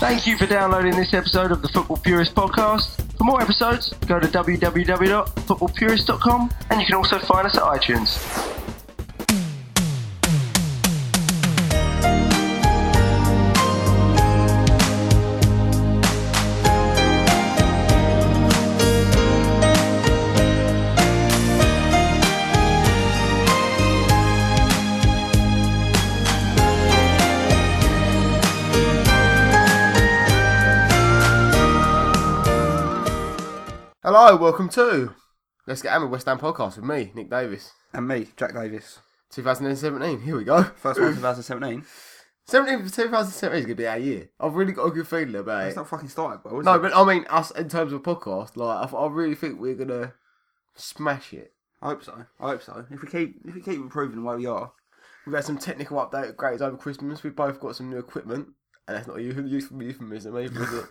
Thank you for downloading this episode of the Football Purist podcast. For more episodes, go to www.footballpurist.com and you can also find us at iTunes. Hello, welcome to Let's Get Hammered West Ham podcast with me, Nick Davis, And me, Jack Davis. 2017. Here we go. First one, 2017. 17 for 2017 is gonna be our year. I've really got a good feeling about It's it. not fucking started, bro. is No, it? but I mean us in terms of podcast. Like I, I really think we're gonna smash it. I hope so. I hope so. If we keep if we keep improving where we are, We've had some technical update upgrades over Christmas. We've both got some new equipment, and that's not a eu- useful euphemism either, is it?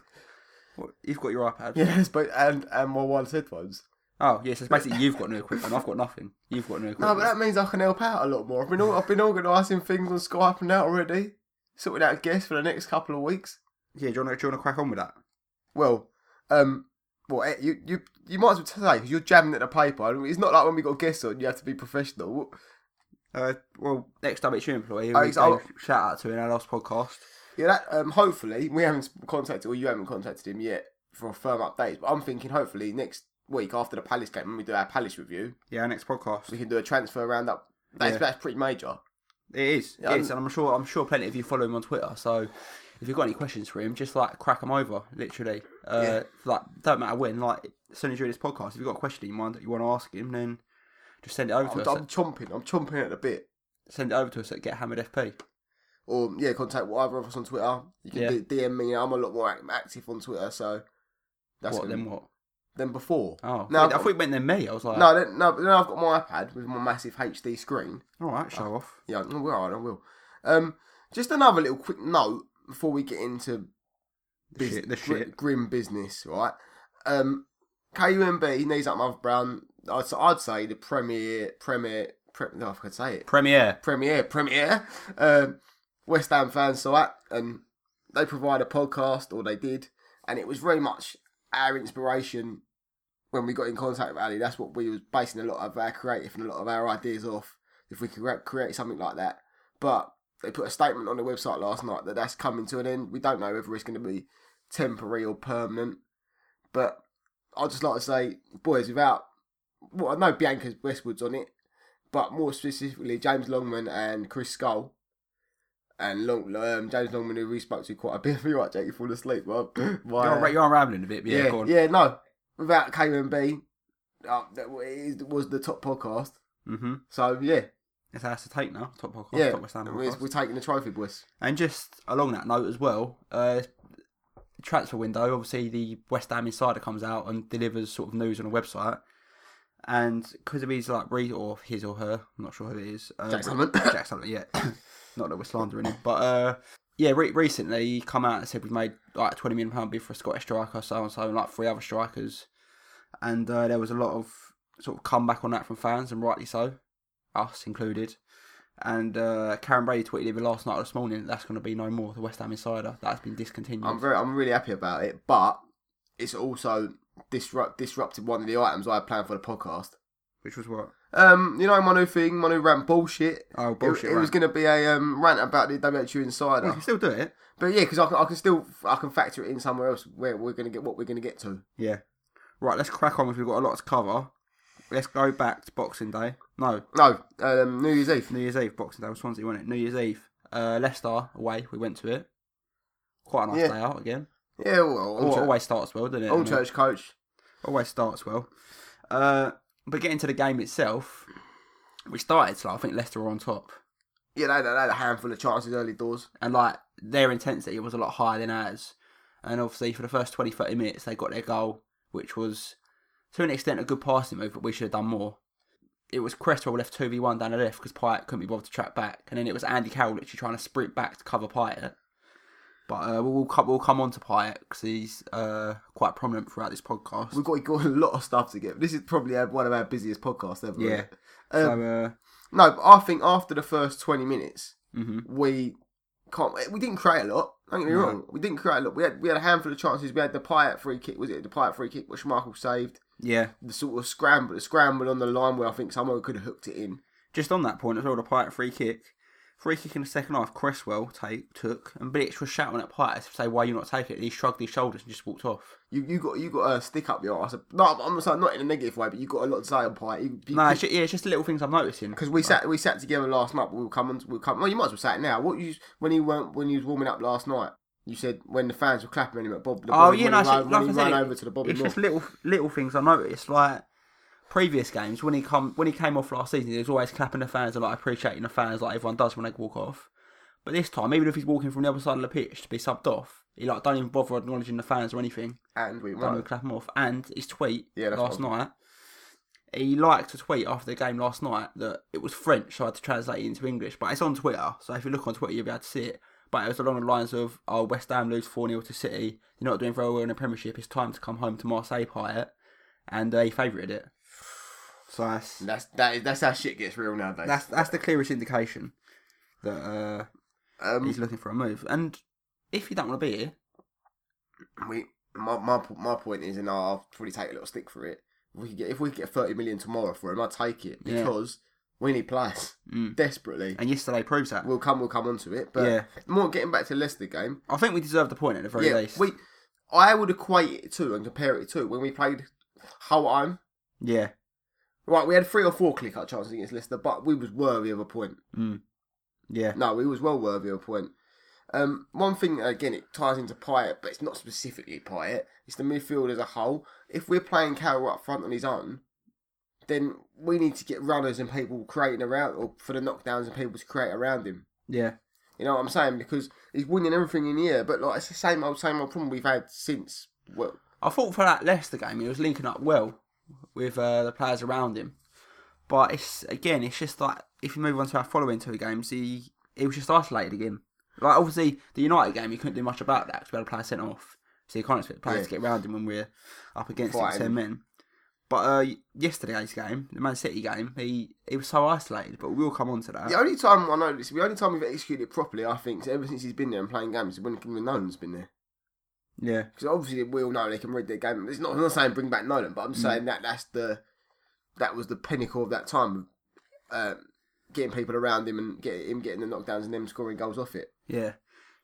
what, you've got your iPad. yes, but and and my wireless headphones. Oh, yes. it's basically you've got new equipment. I've got nothing. You've got new No, equipment. but that means I can help out a lot more. I've been all, I've been organising things on Skype and that already. Sorting out guests for the next couple of weeks. Yeah, do you want to crack on with that? Well, um, well, eh, you you you might as well say because you're jamming at the paper. I mean, it's not like when we got guests on, you have to be professional. Uh, well, next up, it's your employee. Oh, we it's- oh. gave shout out to in our last podcast. Yeah, that um, hopefully we haven't contacted or you haven't contacted him yet for a firm update. But I'm thinking hopefully next week after the Palace game when we do our Palace review, Yeah, our next podcast. we can do a transfer roundup. That's Yeah. that's pretty major. It is. Yeah, it is, and I'm sure I'm sure plenty of you follow him on Twitter. So if you've got any questions for him, just like crack them over, literally. Uh, Yeah. Like don't matter when. Like as soon as you're in this podcast, if you've got a question in mind that you want to ask him, then just send it over I'm, to us. I'm chomping. I'm chomping at the bit. Send it over to us at Get Hammered FP. Or yeah, contact either of us on Twitter. You can Yeah. d- DM me. I'm a lot more ac- active on Twitter, so that's what gonna- then? What? than before. Oh, Now I I've thought- I got- thought you meant then me. I was like, No, then, no, but then I've got my iPad with my massive HD screen. all right, Ah, show off. Yeah, no, we're alright, I will. Um, just another little quick note before we get into The shit, the gri- shit. grim business, right? Um, KUMB knees up Mother Brown. I'd, so I'd say the premier, premier, pre- no, I could say it. Premiere. Premier, premier. Um, West Ham fans site, and they provide a podcast, or they did, and it was very much our inspiration when we got in contact with Ali. That's what we was basing a lot of our creative and a lot of our ideas off. If we could re- create something like that, but they put a statement on their website last night that that's coming to an end. We don't know whether it's going to be temporary or permanent, but I'd just like to say, boys, without well, I know Bianca's Westwood's on it, but more specifically, James Longman and Chris Skull. And Long, um, James Longman, who we spoke to quite a bit. You're right, Jake, you fall asleep. uh, Well, You're, on- you're on rambling a bit, but yeah, yeah, go on. yeah, no. Without KMB, uh, that wa- it was the top podcast. Mm-hmm. So yeah, That's ours to take now. Top podcast. yeah, Top West Ham we're, podcast. we're taking the trophy, boys. And just along that note as well, uh, transfer window. Obviously, the West Ham insider comes out and delivers sort of news on a website. And because of his like re or his or her, I'm not sure who it is. Uh, Jack Salmon. Jack Salmon, yeah. not that we're slandering him, but uh, yeah. Re- recently, he come out and said we've made like a 20 million pound bid for a Scottish striker, so and so, and like three other strikers. And uh, there was a lot of sort of comeback on that from fans, and rightly so, us included. And uh, Karen Brady tweeted even last night or this morning that's going to be no more. The West Ham Insider that's been discontinued. I'm very, I'm really happy about it, but it's also disrupt disrupted one of the items I had planned for the podcast. Which was what? Um, you know my new thing, my new rant bullshit. Oh, It- bullshit It, was rant. going to be a um, rant about the WHU insider, Well, you can still do it. but yeah, because I can, I can still I can factor it in somewhere else where we're going to get what we're going to get to. Yeah. Right, let's crack on. If we've got a lot to cover, let's go back to Boxing Day. No, No, um, New Year's Eve. New Year's Eve. Boxing Day was Swansea, wasn't it? New Year's Eve. Uh, Leicester away. We went to it. Quite a nice Yeah. day out again. Yeah, well, Al- Old, Church, always starts well, doesn't it? I Old mean, Church coach. always starts well. Uh, but getting to the game itself, we started slow. I think Leicester were on top. Yeah, they had, they had a handful of chances early doors. and like their intensity was a lot higher than ours. And obviously, for the first 20, 30 minutes, they got their goal, which was to an extent a good passing move, but we should have done more. It was Cresswell left 2v1 down the left because Pyatt couldn't be bothered to track back. And then it was Andy Carroll literally trying to sprint back to cover Pyatt. But uh, we'll, come, we'll come on to Pyatt because he's uh, quite prominent throughout this podcast. We've got, we've got a lot of stuff to get. This is probably one of our busiest podcasts ever. yeah. Um, so, uh, No, but I think after the first 20 minutes, mhm. we can't. We didn't create a lot. Don't get me No. wrong. We didn't create a lot. We had we had a handful of chances. We had the Pyatt free kick. Was it the Pyatt free kick? Which Michael saved. Yeah. The sort of scramble, the scramble on the line where I think someone could have hooked it in. Just on that point as well, the Pyatt free kick. Free kick in the second half, Cresswell take, took, and Bilic was shouting at Pyatt to say, why you not take it? And he shrugged his shoulders and just walked off. You you got you got a stick up your ass. No, I'm not saying not in a negative way, but you got a lot to say on Pyatt. You- you- No, it's just, yeah, it's just little things I'm noticing. Because we sat we sat together last night, but we'll come on we'll come. Well, you might as well say it now. What you when he weren't when he was warming up last night? You said when the fans were clapping him at Bob. The Oh Bob- yeah, when no, he it's- ran, when like he I said, ran it- over to the Bob. It's and just North. little little things I noticed. Like previous games when he come when he came off last season, he was always clapping the fans and like appreciating the fans like everyone does when they walk off. But this time, even if he's walking from the other side of the pitch to be subbed off, he like don't even bother acknowledging the fans or anything. and we Don't won. even clap him off. And his tweet Yeah, that's last what night, he liked a tweet after the game last night that it was French, so I had to translate it into English. But it's on Twitter, so if you look on Twitter, you'll be able to see it. But it was along the lines of, "Oh, West Ham lose four 0 to City. You're not doing very well in the Premiership. It's time to come home to Marseille, Pyatt." And uh, he favoured it. So that's, That's that is that's how shit gets real nowadays. that's that's the clearest indication that uh, um, he's looking for a move. And if you don't want to be here, we my, my po- my point is, and I'll probably take a little stick for it. If we could get if we could get thirty million tomorrow for him, I take it Yeah. because we need players Mm. desperately. and yesterday proves that, We'll come we'll come onto it, but Yeah. more getting back to the Leicester game. I think we deserve the point at the very yeah, least. we. I would equate it to and compare it to when we played Hull at home. yeah, Right, we had three or four clear cut chances against Leicester, but we was worthy of a point. yeah. No, we was well worthy of a point. Um, one thing again, it ties into Pyatt, but it's not specifically Pyatt. It's the midfield as a whole. If we're playing Carroll up front on his own, then we need to get runners and people creating around, or for the knockdowns and people to create around him. Yeah, You know what I'm saying? Because he's winning everything in the air, but like it's the same old, same old problem we've had since. Well, I thought for that Leicester game, he was linking up well with uh, the players around him. But it's again, it's just like if you move on to our following two games, he he was just isolated again. Like obviously the United game, he couldn't do much about that because we had a player sent off, so you can't expect players Yeah. to get around him when we're up against him, Fighting. ten men. But uh, yesterday's game, the Man City game, he he was so isolated. But we'll come on to that. the only time I know this, the only time we've executed properly, I think, is ever since he's been there and playing games, is when Kingman Nolan's been there. Yeah, Because obviously we all know they can read their game. It's not, I'm not saying bring back Nolan, but I'm saying that that's the that was the pinnacle of that time, uh, getting people around him and get him getting the knockdowns and them scoring goals off it. yeah.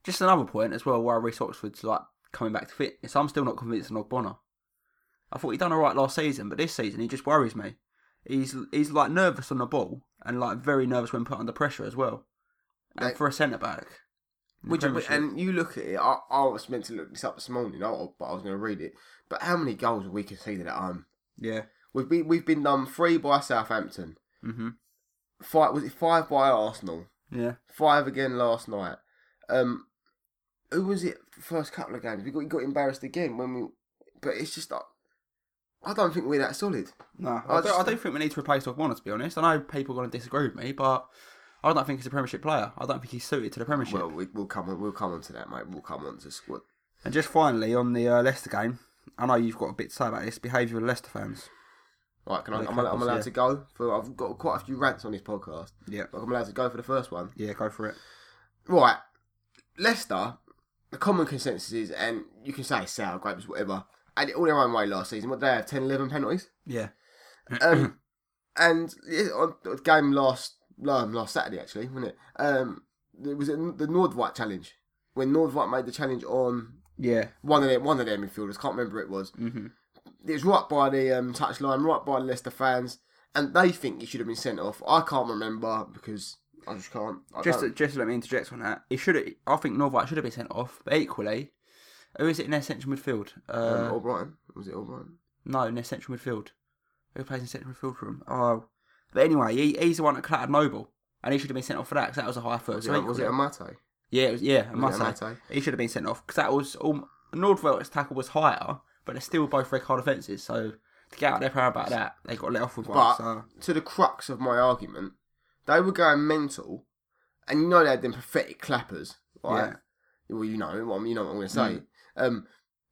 Just another point as well. Why Reece Oxford's like coming back to fitness. I'm still not convinced of Ogbonna. I thought he done all right last season, but this season he just worries me. He's he's like nervous on the ball and like very nervous when put under pressure as well. And Like- for a centre back, in the Which Premiership, and you look at it. I, I was meant to look this up this morning, I, but I was going to read it. But how many goals have we conceded at home? yeah, We've been we've been done three by Southampton. hmm Five was it five by Arsenal? yeah, Five again last night. Um, who was it? First couple of games, we got, we got embarrassed again when we. But it's just like, I don't think we're that solid. no, I I, do, just- I don't think we need to replace Ogbonna. To be honest, I know people are going to disagree with me, but I don't think he's a Premiership player. I don't think he's suited to the Premiership. Well, we, we'll come on. We'll come on to that, mate. We'll come on to squad. and just finally on the uh, Leicester game, I know you've got a bit to say about this behaviour of Leicester fans. Right, can I, Well, I'm, the I'm couples, allowed yeah. to go. For I've got quite a few rants on this podcast. Yeah, Like I'm allowed to go for the first one. yeah, go for it. Right, Leicester. The common consensus is, and you can say sour grapes, whatever. Had it all their own way last season. What did they have? 10, 11 penalties. Yeah, Mm. Um, and yeah, on the game last um, last Saturday actually, wasn't it? Um, it was in the Nordvite challenge when Nordvite made the challenge on yeah, one of them one of their midfielders. Can't remember who it was. hmm It was right by the um, touchline, right by the Leicester fans, and they think he should have been sent off. I can't remember because I just can't. I Just to, don't. just to let me interject on that, he should. I think Norvite should have been sent off. But equally, who is it in their central midfield? um, Uh, O'Brien was it O'Brien? no, in their central midfield. Who plays in central midfield for him? Oh, but anyway, he, he's the one that clattered Noble, and he should have been sent off for that because that was a high foot. Was, So it, was it equally- Amate? yeah, it was, yeah, Was a it must Amate? He should have been sent off because that was all. Nordvelt's tackle was higher, but they're still both red card offences. So to get out their power about that, they got let off with one. But so, to the crux of my argument, they were going mental, and you know they had them pathetic clappers, right? Well, you know, what I'm- you know what I'm going to say. Um,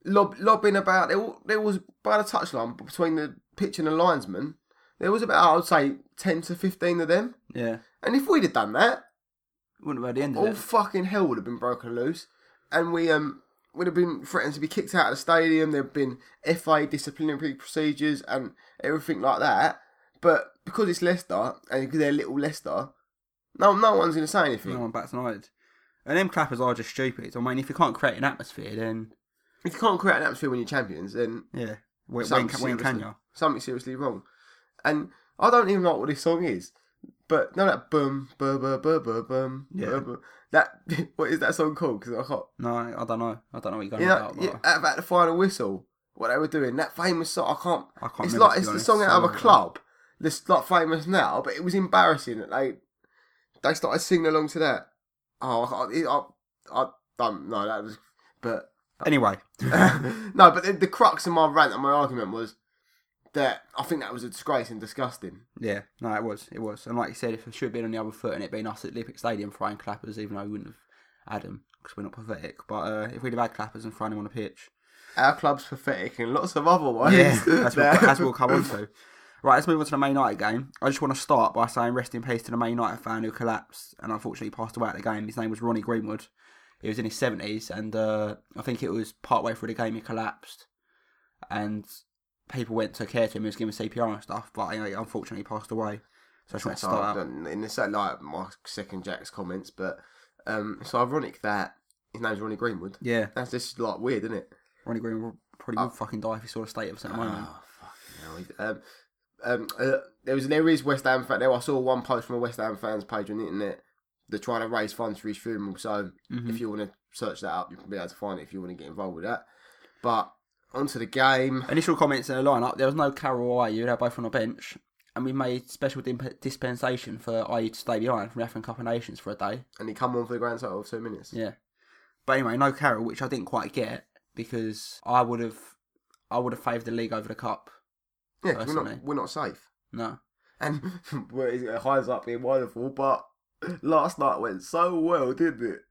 lob, lobbing about there, wa- there was by the touchline between the pitch and the linesman, there was about I would say ten to fifteen of them. yeah, And if we'd have done that, wouldn't have heard the end of all it. fucking hell would have been broken loose, and we um would have been threatened to be kicked out of the stadium. There'd been FA disciplinary procedures and everything like that. But because it's Leicester and because they're little Leicester, no, no one's going to say anything. No one bats an eye. And them clappers are just stupid. I mean, if you can't create an atmosphere, then If you can't create an atmosphere when you're champions, then yeah, when, when, something's can- when can seriously- you? Something's seriously wrong. And I don't even know what this song is. But no, that boom, boom, boom, boom, boom, boom. Yeah. boom, boom. That what is that song called? Because I can't. No, I don't know. I don't know what you're going You know, about. yeah, but at about the final whistle, what they were doing, that famous song, I can't. I can't it's remember, like to it's be the honest, song so uh, out I of a don't- club that's not famous now, but it was embarrassing that they they started singing along to that. Oh, I, can't- it- I, I don't know that was, but Anyway, no, but the, the crux of my rant and my argument was that I think that was a disgrace and disgusting. yeah, no, it was, it was. And like you said, if it should have been on the other foot and it being us at Olympic Stadium throwing clappers, even though we wouldn't have had them because we're not pathetic. But uh, if we'd have had clappers and thrown them on the pitch, Our club's pathetic and lots of other ones. as we'll, as we'll come on to. Right, let's move on to the May United game. I just want to start by saying rest in peace to the May United fan who collapsed and unfortunately passed away at the game. His name was Ronnie Greenwood. He was in his 70s and uh, I think it was partway through the game he collapsed and people went to care to him. He was given CPR and stuff, but you know, he unfortunately passed away. So I just want to So I start out. don't- in the same like my second Jack's comments, but um, it's ironic that his name's Ronnie Greenwood. Yeah, That's just like weird, isn't it? Ronnie Greenwood probably would fucking die if he saw the state of us at the moment. Oh, fucking hell. Um, um, uh, there was there is West Ham fan. There, I saw one post from a West Ham fans page on the internet. They're trying to raise funds for his funeral, so Mhm. if you want to search that up, you can be able to find it if you want to get involved with that. But onto the game. initial comments in the lineup, there was no Carroll or Ayu, they were both on the bench. And we made special dimp- dispensation for Ayu to stay behind from the African Cup of Nations for a day. and he come on for the grand total of two minutes. Yeah. But anyway, no Carroll, which I didn't quite get because I would have I would have favoured the league over the cup. Yeah, 'cause we're Personally. not we're not safe. No. And well, it's- uh, highs up being wonderful, but last night went so well, didn't it?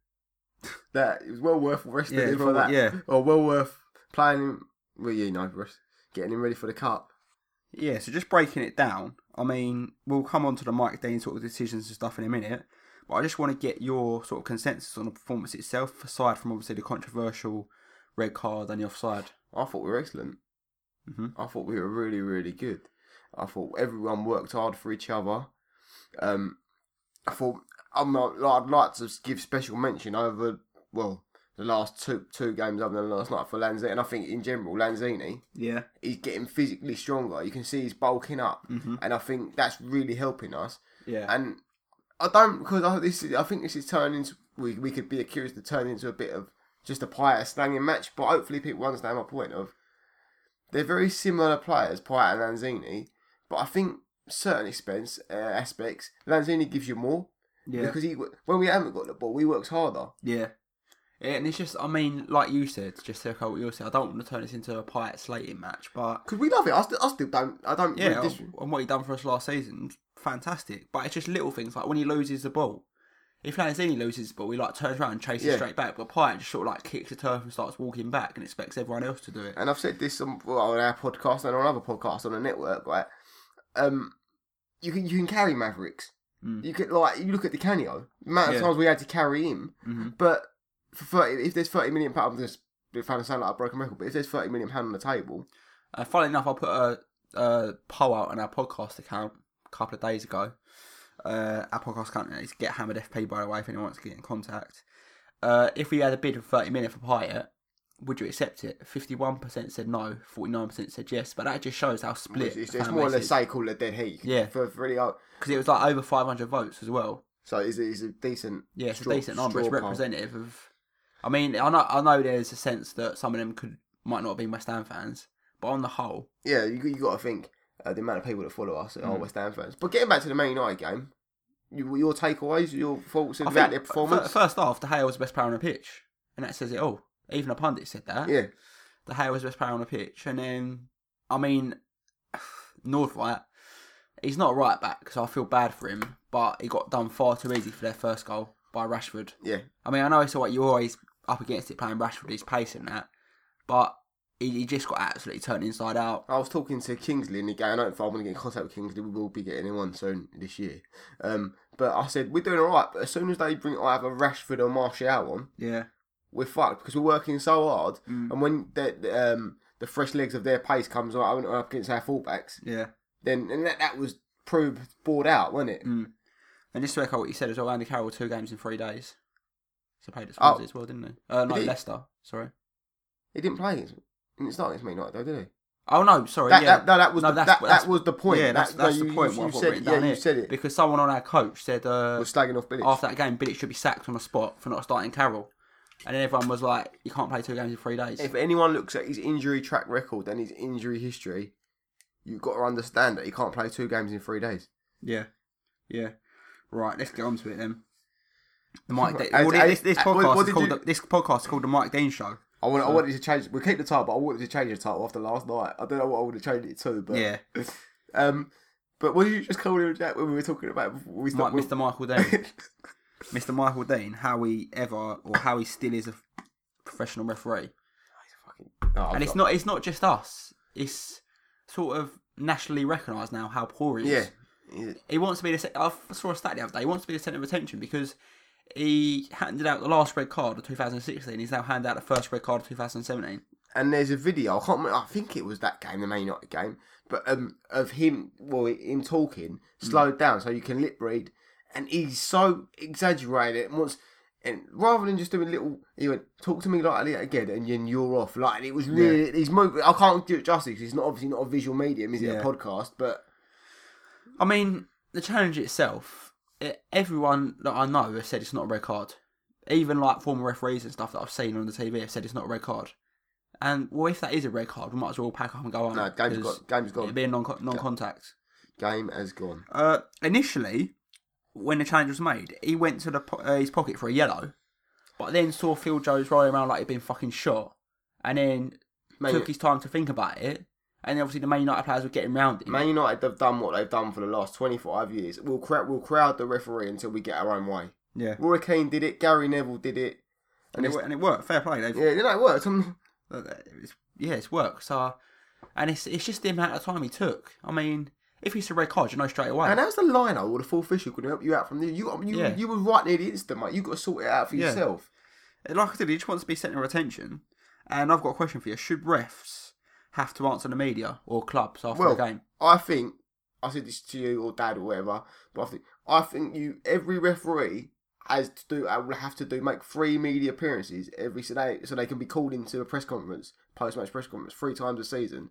That it was well worth resting Yeah, him it's for well- that. yeah. Or well worth playing him. Well, you know, rest- getting him ready for the cup. Yeah, so just breaking it down, I mean, we'll come on to the Mike Dean sort of decisions and stuff in a minute, but I just want to get your sort of consensus on the performance itself, aside from obviously the controversial red card and the offside. I thought we were excellent. Mhm. I thought we were really, really good. I thought everyone worked hard for each other. Um, I thought I'm not. I'd like to give special mention over well the last two two games other than last night for Lanzini, and I think in general Lanzini. Yeah. he's getting physically stronger. You can see he's bulking up, and I think that's really helping us. Mm-hmm. Yeah. And I don't because I, this is, I think this is turning into we we could be accused of turning into a bit of just a pious slanging match, but hopefully people understand my point of they're very similar players, Pyatt and Lanzini, but I think certain expense uh, aspects Lanzini gives you more yeah. because he when we haven't got the ball, he works harder. Yeah. Yeah, and it's just, I mean, like you said, just to echo what you said, I don't want to turn this into a Pyatt slating match, but Because we love it. I still, I still don't. I don't. yeah, this- and what he done for us last season, fantastic. But it's just little things like when he loses the ball. If Lanzini loses the ball, he like turns around and chases Yeah. straight back, but Pyatt just sort of like kicks the turf and starts walking back and expects everyone else to do it. and I've said this on, well, on our podcast and on other podcasts on the network, right? Um, you can you can carry Mavericks. Mm. You could like you look at the Canio. The amount of Yeah. times we had to carry him, Mhm. but for thirty, if there's thirty million pound, I'm just trying to sound like a broken record, but if there's thirty million pound on the table, Uh, funnily enough, I put a, a poll out on our podcast account a couple of days ago. Uh, our podcast account is Get Hammered FP, by the way, if anyone wants to get in contact. Uh, if we had a bid of 30 minutes for Pyatt, would you accept it? 51% said no, 49% said yes, but that just shows how split it's, it's, the it's fan more or base less is. say call it dead heat. Yeah. for for really old. Because it was like over 500 votes as well. So it's, it's a decent. Yeah, it's straw- a decent number. It's straw poll. representative of. I mean, I know, I know there's a sense that some of them could might not have been West Ham fans, but on the whole, Yeah, you you got to think uh, the amount of people that follow us Mm. are West Ham fans. But getting back to the Man United game, you, your takeaways, your thoughts I about think their performance. fir- First off, De Gea was the best player on the pitch, and that says it all. Even a pundit said that. yeah. De Gea was the best player on the pitch, and then I mean, Nordwhite, he's not a right back because I feel bad for him, but he got done far too easy for their first goal by Rashford. Yeah, I mean, I know it's like you're always up against it playing Rashford, he's pacing that, but he, he just got absolutely turned inside out. I was talking to Kingsley in the game. I don't know if I'm going to get in contact with Kingsley. We will be getting him on soon this year. Um, But I said we're doing all right. But as soon as they bring either Rashford or Martial on, Yeah. we're fucked because we're working so hard. Mm. And when the, the, um, the fresh legs of their pace comes out and up against our fullbacks, Yeah. then and that, that was proved bored out, wasn't Mm. it? And just to echo what you said as well, Andy Carroll two games in three days. So played at Oh. Swansea as well, didn't they? Uh, no, Did he? Leicester. Sorry. He didn't play against. He didn't start against Me United, though, did he? Oh no, sorry. That, yeah. that, no, that was No, the, that's- that, that's- that was the point. Yeah, that's, That- no, that's the you- point. You, what you I've got said it. written Yeah, down you here. said it. because someone on our coach said uh, We're slagging off Billich. after that game, Billich should be sacked on the spot for not starting Carroll, and then everyone was like, "You can't play two games in three days." if anyone looks at his injury track record and his injury history, you've got to understand that he can't play two games in three days. yeah, yeah. Right, let's get on to it then. The Mike. Dean. As- well, this, as- this as- podcast what is did called you- the, this podcast is called the Mike Dean Show. I want. I wanted to change. We will keep the title, but I wanted to change the title after last night. I don't know what I would have changed it to, but yeah, Um, but what did you just call him Jack when we were talking about before we Mike, stopped? Mr. Michael Dean, Mr. Michael Dean, how he ever or how he still is a professional referee. Oh, and it's not it's not just us. It's sort of nationally recognised now how poor he Yeah. is. He wants to be the. ce- I saw a stat the other day. He wants to be the centre of attention because he handed out the last red card of 2016. He's now handed out the first red card of 2017. And there's a video. I can't. Remember, I think it was that game, the Man United game, but um, of him, well, him talking slowed down so you can lip read, and he's so exaggerated. And wants, and rather than just doing little, he went talk to me like that again, and then you're off. Like and it was really. He's moving. I can't do it justice. 'cause It's not obviously not a visual medium. Is it Yeah. a podcast? But I mean, the challenge itself. It, everyone that I know has said it's not a red card. Even like former referees and stuff that I've seen on the TV have said it's not a red card. And well, if that is a red card, we might as well pack up and go on. no, game's got game's It'd gone. be a non non-contact. Game has gone. Uh, initially, when the challenge was made, he went to the po- uh, his pocket for a yellow, but then saw Phil Jones rolling around like he'd been fucking shot, and then Man, took his time to think about it. And then obviously the Man United players were getting round him. Man United have done what they've done for the last 25 years. We'll, cra- we'll crowd the referee until we get our own way. yeah, Roy Keane did it, Gary Neville did it. and it, wo- and it worked. Fair play. They've, Yeah, you know, it worked. Um, uh, it's, yeah, it's worked. So, and it's it's just the amount of time he took. I mean, if he's a red card, you know straight away. and how's the line or the full official going to help you out from there? You, you, Yeah. you were right near the instant, mate. you got to sort it out for Yeah. yourself. like I said, he just wants to be centre of attention. And I've got a question for you: Should refs have to answer the media or clubs after Well, the game? I think, I said this to you or dad or whatever, but I think, I think you, every referee has to do, I will have to do, make three media appearances every, so they, so they can be called into a press conference, post-match press conference, three times a season.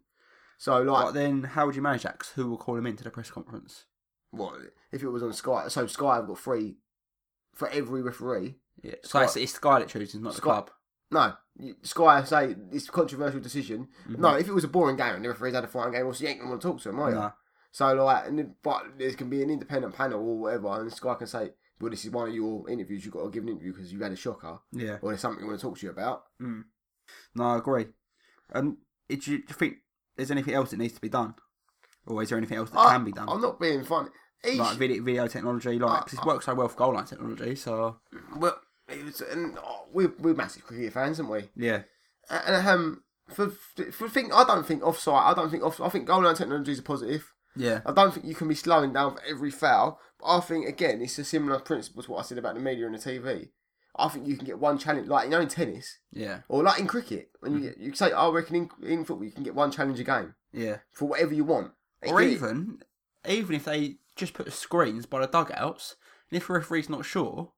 So, like, But then, how would you manage that? 'Cause who will call him into the press conference? what if it was on Sky? So Sky have got three for every referee. Yeah. So it's, it's Sky that chooses, not the Scott- club. No, you- Sky say it's a controversial decision. Mm-hmm. No, if it was a boring game and the referees had a fighting game, also you ain't gonna want to talk to them, are you? No. So like, and, then- but there can be an independent panel or whatever, and Sky can say, "Well, this is one of your interviews. You've got to give an interview because you had a shocker, Yeah. or there's something we want to talk to you about." No, I agree. And it, do you do you think there's anything else that needs to be done, or is there anything else that I- can be done? I'm not being funny. Each, like video, video technology, like 'cause it works so well for goal line technology. So well, it was, and oh, we're we're massive cricket fans, aren't we? yeah, And um, for for thing, I don't think offside. I don't think off. I think goal line technology is a positive. yeah, I don't think you can be slowing down for every foul. But I think again, it's a similar principle to what I said about the media and the TV. I think you can get one challenge, like you know, in tennis yeah, or like in cricket, when Mm. you get, you say, "Oh, I reckon in, in football you can get one challenge a game yeah. for whatever you want. It Or can- even even if they just put screens by the dugouts, and if the referee's not sure,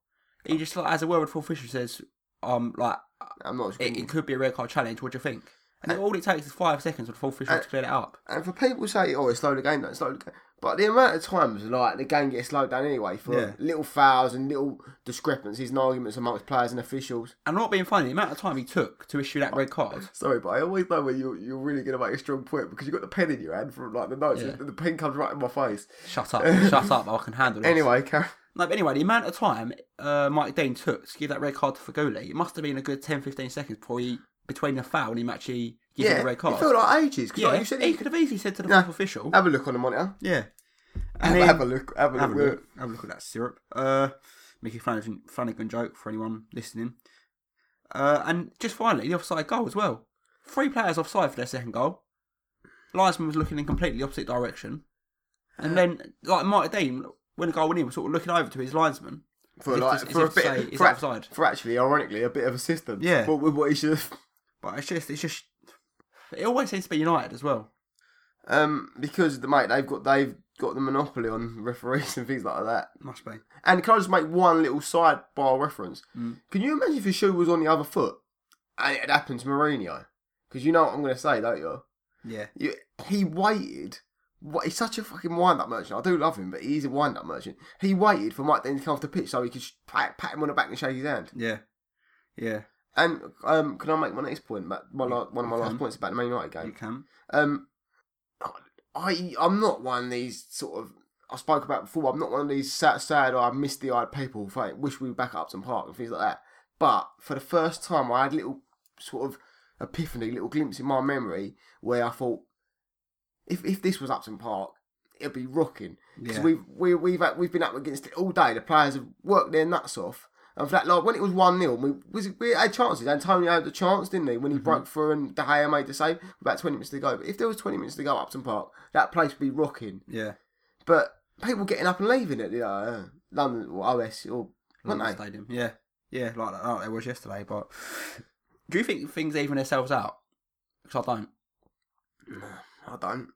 he just like as a word with full official says, um, like I'm not. it, it could be a red card challenge. What do you think? And Uh, then all it takes is five seconds for the full official to clear it up. And for people say, oh, it's slow the game down, it's slow the game. But the amount of times like the game gets slowed down anyway for Yeah. little fouls and little discrepancies and arguments amongst players and officials. And not being funny, the amount of time he took to issue that red card. Sorry, but I always know when you're, you're really going to make a strong point because you've got the pen in your hand from like the notes. Yeah. The pen comes right in my face. Shut up, shut up, I can handle this. Anyway, Karen, No, but anyway, the amount of time uh, Mike Dean took to give that red card to Fagoli, it must have been a good 10, 15 seconds before he, between the foul and him actually giving yeah, the red it card. felt like ages. 'cause yeah, like you said, he you could have easily said to the Nah. fourth official. have a look on the monitor. yeah. Have, And then, have a look. Have a have a look. look. Have a look at that syrup. Uh, Mickey Flanagan, Flanagan joke for anyone listening. Uh, and just finally, the offside goal as well. Three players offside for their second goal. Linesman was looking in completely opposite direction. And then, like, Marty Dean when the goal went in, was sort of looking over to his linesman. for Is it like just- is for it a to bit say it's for, a- offside? for actually ironically a bit of assistance. Yeah. but with what he should. But it's just, it's just, it always seems to be United as well. Um, because the mate they've got they've got the monopoly on referees and things like that. Must be. And can I just make one little sidebar reference? Mm. Can you imagine if his shoe was on the other foot and it had happened to Mourinho? Because you know what I'm going to say, don't you? Yeah. you he waited. What, he's such a fucking wind-up merchant. I do love him, but he's a wind-up merchant. He waited for Mike Dean to come off the pitch so he could sh- pat, pat him on the back and shake his hand. Yeah. Yeah. And um, can I make my next point? About, my la- one of my You last can. points about the Man United game. You can. Um, I I'm not one of these sort of I spoke about before. I'm not one of these sad, sad "Oh, eyed, misty eyed people. who think, wish we were back at Upton Park and things like that. But for the first time, I had a little sort of epiphany, little glimpse in my memory where I thought, if if this was Upton Park, it'd be rocking because Yeah. we've we, we've had, we've been up against it all day. The players have worked their nuts off. And for that, like when it was one 0 we was we had chances. Antonio had the chance, didn't he? When he broke through and De Gea made the save, about twenty minutes to go. But if there was twenty minutes to go, at Upton Park, that place would be rocking. Yeah. But people getting up and leaving at the uh, London or OS or weren't London they? Stadium. Yeah. Yeah, like that. Like it was yesterday. But do you think things even themselves out? Because I don't. I don't.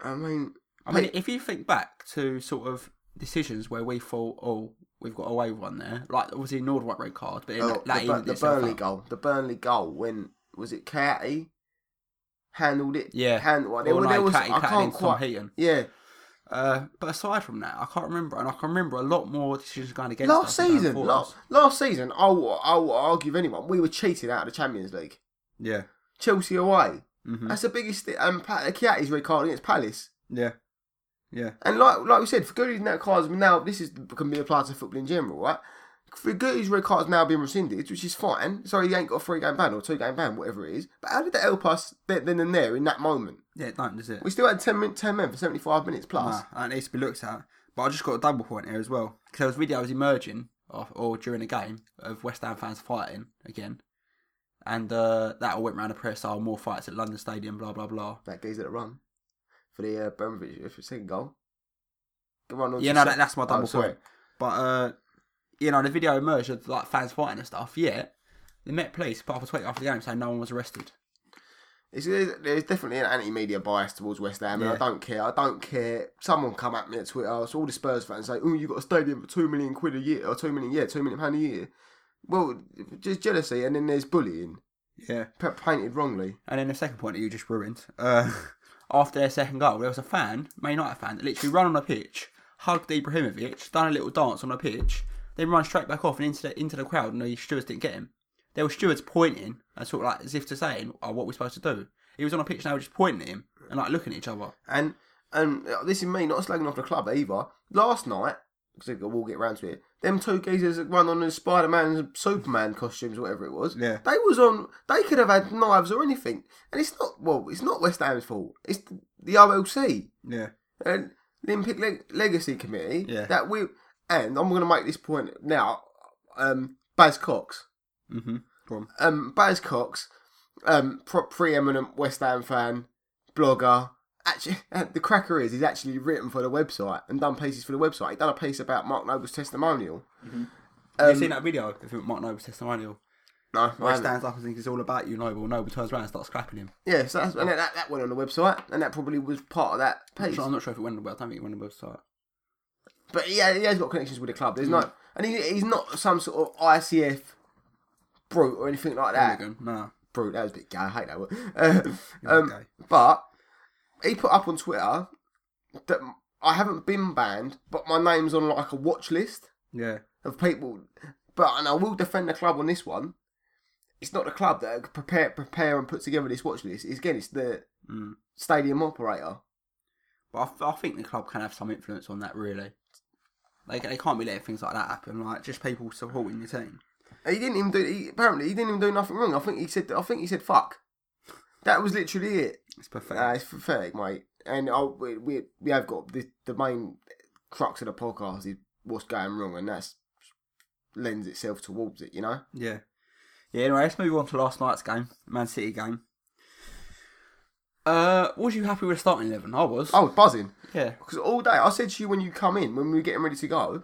I mean, I mean, Mate. if you think back to sort of decisions where we thought, oh, we've got away with one there, like obviously ignored white red card, but it, oh, that the, Bur- evened the itself Burnley out. goal. The Burnley goal when was it? Catty handled it. Yeah. handled. Or there, like there was, Catty I Catty can't into Tom quite. Heaton. Yeah, Uh, but aside from that, I can't remember, and I can remember a lot more decisions going against last us and going season, for last, us. last season, I'll, I'll argue with anyone. We were cheated out of the Champions League. Yeah, Chelsea away. Mhm. That's the biggest thing. And Pat, Chiatti's red card against Palace. yeah, yeah, And like like we said, Faguti's that card now this is can be applied to football in general, right? Faguti's red card's now been rescinded, which is fine. Sorry, he ain't got a three game ban or two game ban, whatever it is. But how did that help us then then and there in that moment? yeah. It don't does it? We still had 10, min- 10 men for 75 minutes plus. Nah, that needs to be looked at. But I just got a double point here as well because there was videos emerging of, or during a game of West Ham fans fighting again, and uh, that all went round the press. Oh, more fights at London Stadium, blah blah blah. That geezer that run for the uh, Brentford for second goal. Come on, Yeah, no, that, that's my double oh, sorry. point. But uh, you know, the video emerged of like fans fighting and stuff. Yeah, the Met Police put up a tweet after the game saying no one was arrested. It's, there's, there's definitely an anti-media bias towards West Ham, and I Yeah. don't care. I don't care. Someone come at me at Twitter. So all the Spurs fans say, "Oh, you got a stadium for two million quid a year, or two million, yeah, two million pound a year." Well, there's jealousy, and then there's bullying, Yeah. p- painted wrongly. And then the second point that you just ruined. Uh, after their second goal, there was a fan, Man United fan, that literally ran on the pitch, hugged Ibrahimovic, done a little dance on the pitch, then run straight back off and into the, into the crowd, and the stewards didn't get him. There were stewards pointing and sort of like as if to saying, "Oh, what are we supposed to do?" He was on a pitch and they were just pointing at him and like looking at each other. And and uh, this is me not slagging off the club either. Last night, because we'll get round to it. Them two geezers that run on in Spider-Man and Superman costumes, whatever it was. Yeah. They was on. They could have had knives or anything, and it's not. Well, it's not West Ham's fault. It's the, the RLC. Yeah. and Olympic Leg- Legacy Committee Yeah. that we and I'm going to make this point now. Um, Baz Cox, Mm-hmm. Go on. um, Baz Cox, um, pro- preeminent West Ham fan, blogger. Actually, the cracker is he's actually written for the website and done pieces for the website. He done a piece about Mark Noble's testimonial. Have you seen that video of him at Mark Noble's testimonial? No, I Where he haven't. stands up and thinks it's all about you, Noble. Noble turns around and starts clapping him. yeah, so that's, and that, that went on the website, and that probably was part of that piece. So I'm not sure if it went on the website. I don't think it went on the website. But yeah, he has got connections with the club. There's Mm. no, and he, he's not some sort of ICF brute or anything like that. Hooligan. No. brute. That was a bit gay. I hate that word. Uh, um, gay. But he put up on Twitter that I haven't been banned, but my name's on like a watch list Yeah. of people. But and I will defend the club on this one. It's not the club that prepare, prepare and put together this watch list. It's, again, it's the Mm. stadium operator. But I, th- I think the club can have some influence on that, really. They, they can't be letting things like that happen, like just people supporting your team. He didn't even do. He, apparently, he didn't even do nothing wrong. I think he said. I think he said fuck. That was literally it. It's pathetic. Uh, it's pathetic, mate. And I, we, we we have got the the main crux of the podcast is what's going wrong, and that's lends itself towards it, you know. yeah. Yeah, anyway, let's move on to last night's game, Man City game. Uh, was you happy with the starting eleven? I was. I was Oh, buzzing. yeah. Because all day, I said to you when you come in, when we were getting ready to go,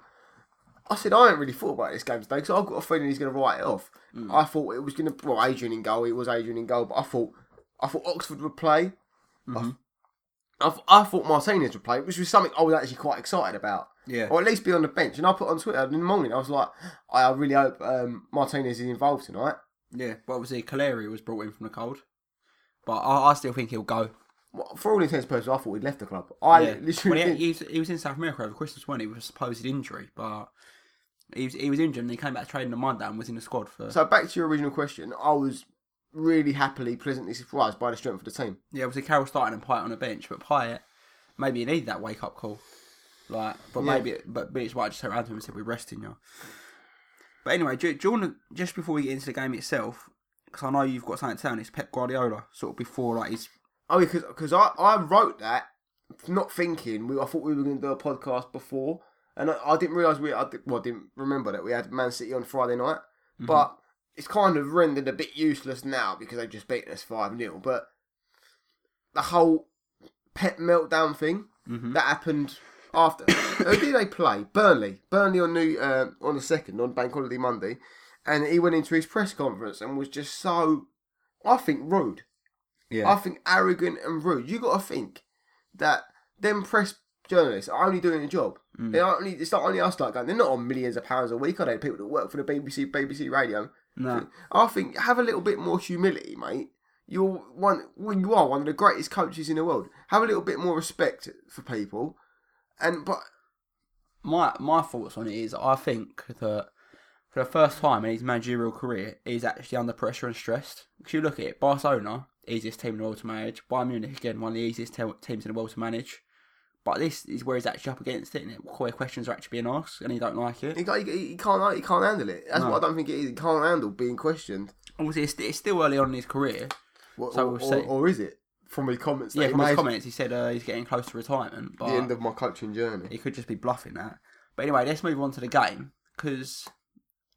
I said, I ain't really thought about this game today because I've got a feeling he's going to write it off. Mm. I thought it was going to, well, Adrian in goal, it was Adrian in goal, but I thought I thought Oxford would play. Mm-hmm. I, th- I thought Martinez would play, which was something I was actually quite excited about. Yeah. Or at least be on the bench. And I put on Twitter in the morning, I was like, I really hope um, Martinez is involved tonight. Yeah. But obviously, Kaleri was brought in from the cold. But I, I still think he'll go. Well, For all intents and purposes, I thought he'd left the club. I Yeah. literally Well, didn't- he, he, was, he was in South America over Christmas when he was a supposed injury, but he was, he was injured and he came back training on Monday and was in the squad for. So back to your original question, I was really happily, pleasantly surprised by the strength of the team. yeah, obviously Carroll starting and Pyatt on the bench, but Pyatt maybe he needed that wake up call. Like, but Yeah. maybe but but it's why I just turned around to him and said we're resting you. But anyway, do, do you want to, just before we get into the game itself, because I know you've got something to tell, and it's Pep Guardiola sort of before like his Oh, because because I, I wrote that not thinking. We, I thought we were going to do a podcast before, and I, I didn't realize we. I did, well, I didn't remember that we had Man City on Friday night, but it's kind of rendered a bit useless now because they've just beaten us five 0 But the whole pet meltdown thing that happened after who did they play? Burnley, Burnley on new uh, on the second on Bank Holiday Monday, and he went into his press conference and was just so, I think, rude. yeah I think arrogant and rude. You got to think that them press journalists are only doing a job. Mm. They aren't only it's not only us like going. They're not on millions of pounds a week. Are they people that work for the BBC, BBC Radio? no I think have a little bit more humility, mate. You're one. Well, you are one of the greatest coaches in the world. Have a little bit more respect for people. And but my my thoughts on it is I think that for the first time in his managerial career, he's actually under pressure and stressed. Because you look at it, Barcelona, easiest team in the world to manage. Bayern Munich, again, one of the easiest te- teams in the world to manage. But this is where he's actually up against it, and it, where questions are actually being asked, and he don't like it. he, got- he, he can't. He can't handle it. That's what I don't think it is. He can't handle being questioned. Obviously, it's, it's still early on in his career. Or, So or, we'll see. or- or is it from his comments? that Yeah, he from his made? comments, he said uh, he's getting close to retirement. But The end of my coaching journey. He could just be bluffing that. But anyway, let's move on to the game because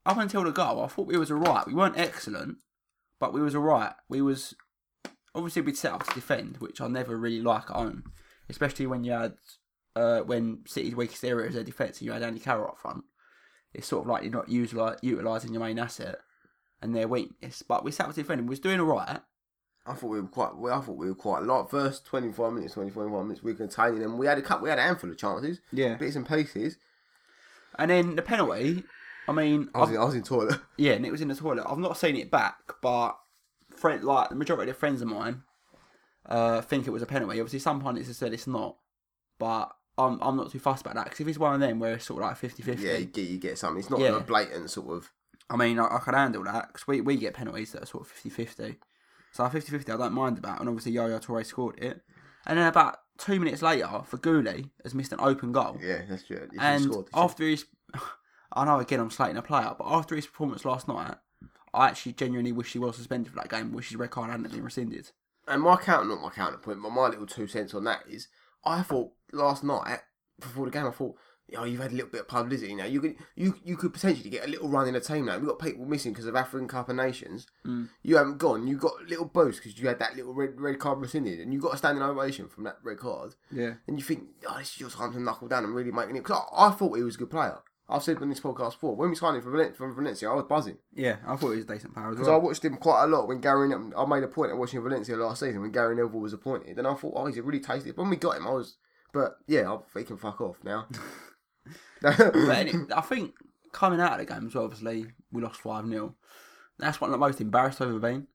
up until the goal, I thought we was alright. We weren't excellent, but we was alright. We was obviously we'd set up to defend, which I never really like at home, especially when you had uh, when City's weakest area is their defence and you had Andy Carroll up front. It's sort of like you're not utili- utilising your main asset and their weakness. But we set up to defend. We was doing alright. I thought we were quite. well, I thought we were quite a lot. First twenty five minutes, 20, 25 minutes, we were containing them. We had a couple. We had a handful of chances, Yeah. bits and pieces. And then the penalty. I mean, I was, in, I was in toilet. Yeah, and it was in the toilet. I've not seen it back, but friend, like the majority of friends of mine, uh, think it was a penalty. Obviously, some pundits have said it's not, but I'm I'm not too fussed about that because if it's one of them where it's sort of like 50 50, Yeah, you get, you get something. It's not Yeah. a blatant sort of. I mean, I, I can handle that because we, we get penalties that are sort of 50 50. So 50 50, I don't mind about. And obviously, Yaya Toure scored it. And then about two minutes later, Faguli has missed an open goal. Yeah, that's true. If you And scored, you after his, I know again I'm slating a player, but after his performance last night, I actually genuinely wish he was suspended for that game. Wish his red card hadn't been rescinded. should. and my counter, not my counterpoint, but my little two cents on that is, I thought last night before the game, I thought, oh, you've had a little bit of publicity now. You could you you could potentially get a little run in the team now. We've got people missing because of African Cup of Nations. You haven't gone. You got a little boost because you had that little red red card rescinded, and you got a standing ovation from that red card. Yeah. and you think, oh, this is your time to knuckle down and really make it. Because I, I thought he was a good player. I've said on this podcast before, when we signed him from Valen- from Valencia, I was buzzing. Yeah, I thought he was a decent player as Because I well. watched him quite a lot when Gary Neville, I made a point of watching Valencia last season when Gary Neville was appointed. And I thought, oh, he's a really tasty. When we got him, I was, but yeah, I'll, he can fuck off now. But any- I think coming out of the game as well, obviously we lost five 0 That's what I'm the most embarrassed I've ever been.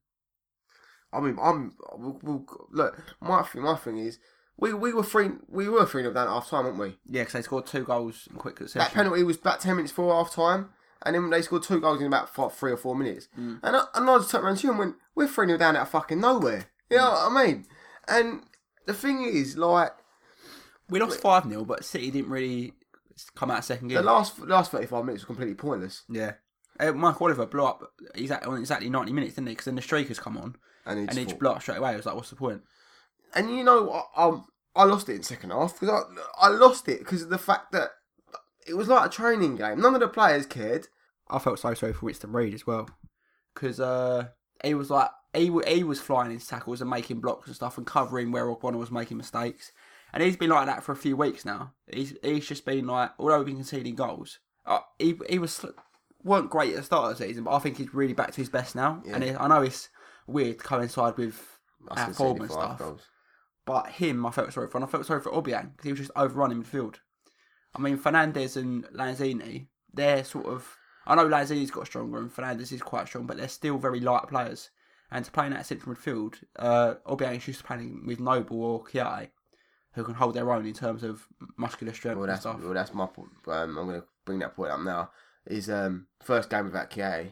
I mean, I'm we'll, we'll, look. My thing, my thing is, we we were three, we were three nil down at half time, weren't we? Yeah, because they scored two goals in quick That succession. penalty was about 10 minutes before half time, and then they scored two goals in about five, three or four minutes. And, I, and I just turned around to you and went, We're 3 0 down out of fucking nowhere. You know what I mean? And the thing is, like, we lost five 0 but City didn't really come out second the gear. last last 35 minutes were completely pointless, yeah. Uh, Mike Oliver blew up exactly, on exactly 90 minutes, didn't he? Because then the streakers come on and he and just he thought- just blew up straight away. I was like, what's the point? and you know, I, um, I lost it in second half because I, I lost it because of the fact that it was like a training game. None of the players cared. I felt so sorry for Winston Reed as well, because uh, he was like he, wa- he was flying into tackles and making blocks and stuff and covering where O'Connor was making mistakes. And he's been like that for a few weeks now. He's he's just been like, although we've been conceding goals, uh, he he was sl- weren't great at the start of the season, but I think he's really back to his best now. And it, I know it's weird to coincide with Us our conceding form and five stuff, goals. but him, I felt sorry for, and I felt sorry for Obiang because he was just overrun in midfield. I mean, Fernandez and Lanzini, they're sort of. I know Lanzini's got stronger and Fernandez is quite strong, but they're still very light players. And to play in that central midfield, uh, Obiang's used to playing with Noble or Kiai, who can hold their own in terms of muscular strength Well, and that's stuff. well, that's my point. Um, I'm going to bring that point up now. His um, first game without Kia,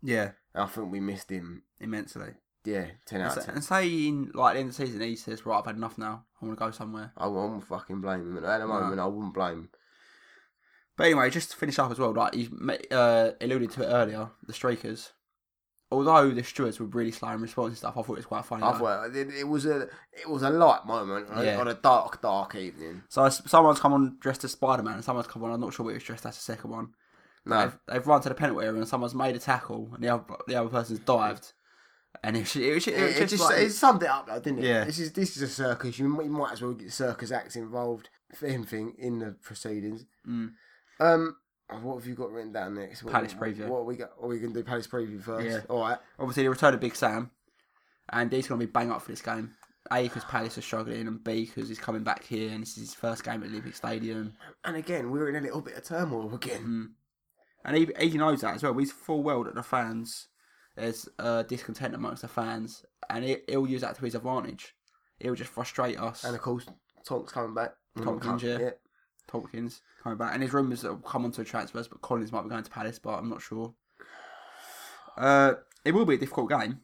Yeah, I think we missed him. immensely. Yeah, ten And, out say- of ten. and say in like the end of the season, he says, "Right, I've had enough now. I want to go somewhere." I wouldn't fucking blame him at the moment. I wouldn't blame. him. But anyway, just to finish up as well, like you ma- uh, alluded to it earlier, the streakers. Although the stewards were really slow in response and stuff, I thought it was quite funny. I though. thought it, it was a it was a light moment on, a- Yeah. on a dark dark evening. So s- someone's come on dressed as Spider Man, and someone's come on. I'm not sure what he was dressed as. The second one, No, they've, they've run to the penalty area, and someone's made a tackle, and the other the other person's dived, and it was, it was, it it, was it just, just like- it summed it up though, didn't it? Yeah. This is this is a circus. You might, you might as well get circus acts involved for anything in the proceedings. Mm. Um. What have you got written down next? What, Palace preview. What are we got? Are we going to do palace preview first? Yeah. All right. obviously the return of Big Sam, and he's going to be bang up for this game. A because Palace are struggling, and B because he's coming back here, and this is his first game at Olympic Stadium. And again, we're in a little bit of turmoil again. Mm. And he, he knows that as well. He's full well that the fans, there's uh, discontent amongst the fans, and he, he'll use that to his advantage. He'll just frustrate us. And of course, Tonk's coming back. Tonkins, yeah. Tompkins coming back, and his rumours that will come onto transfers, but Collins might be going to Palace, but I'm not sure. Uh, it will be a difficult game,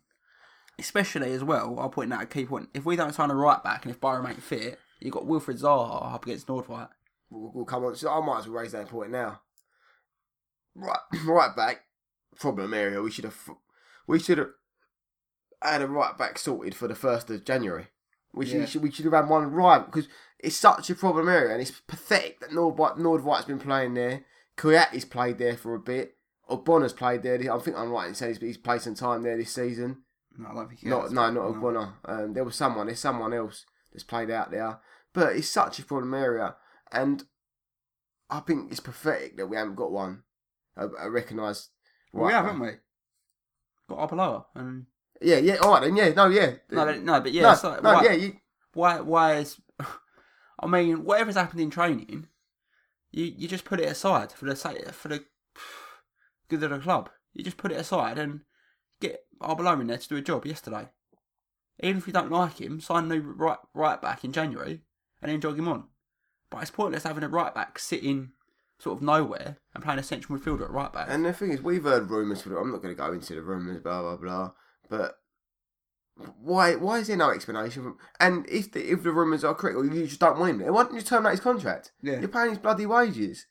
especially as well. I'll point out a key point: if we don't sign a right back, and if Byron ain't fit, you have got Wilfred Zaha up against Nordwhite. We'll, we'll come on. So I might as well raise that point now. Right, right back problem area. We should have, we should have had a right back sorted for the first of January. We should, Yeah. we should, we should have had one right because it's such a problem area, and it's pathetic that Nordwhite, Nordwhite's been playing there. Kuyati's played there for a bit. Obonna's played there. I think I'm right in saying he's, he's played some time there this season. No, I don't think. he No, has. no, not O'Connor. Um, there was someone. There's someone else that's played out there. But it's such a problem area, and I think it's pathetic that we haven't got one. I, I recognise. we have, haven't we? Got Arbeloa and Yeah, yeah. All right, then. Yeah, no, yeah. no, but- no, but yeah, no, so, no, why, yeah. You, why, why is? I mean, whatever's happened in training, you you just put it aside for the sake for the good of the club. You just put it aside and get Arbeloa in there to do a job yesterday. Even if you don't like him, sign a new right right back in January and then jog him on. But it's pointless having a right back sitting sort of nowhere and playing a central midfielder at right back. and the thing is, we've heard rumours for. The, I'm not going to go into the rumours, blah blah blah. But why? Why is there no explanation? From, and if the if the rumours are correct, or you just don't want him there, why don't you terminate his contract? Yeah. You're paying his bloody wages.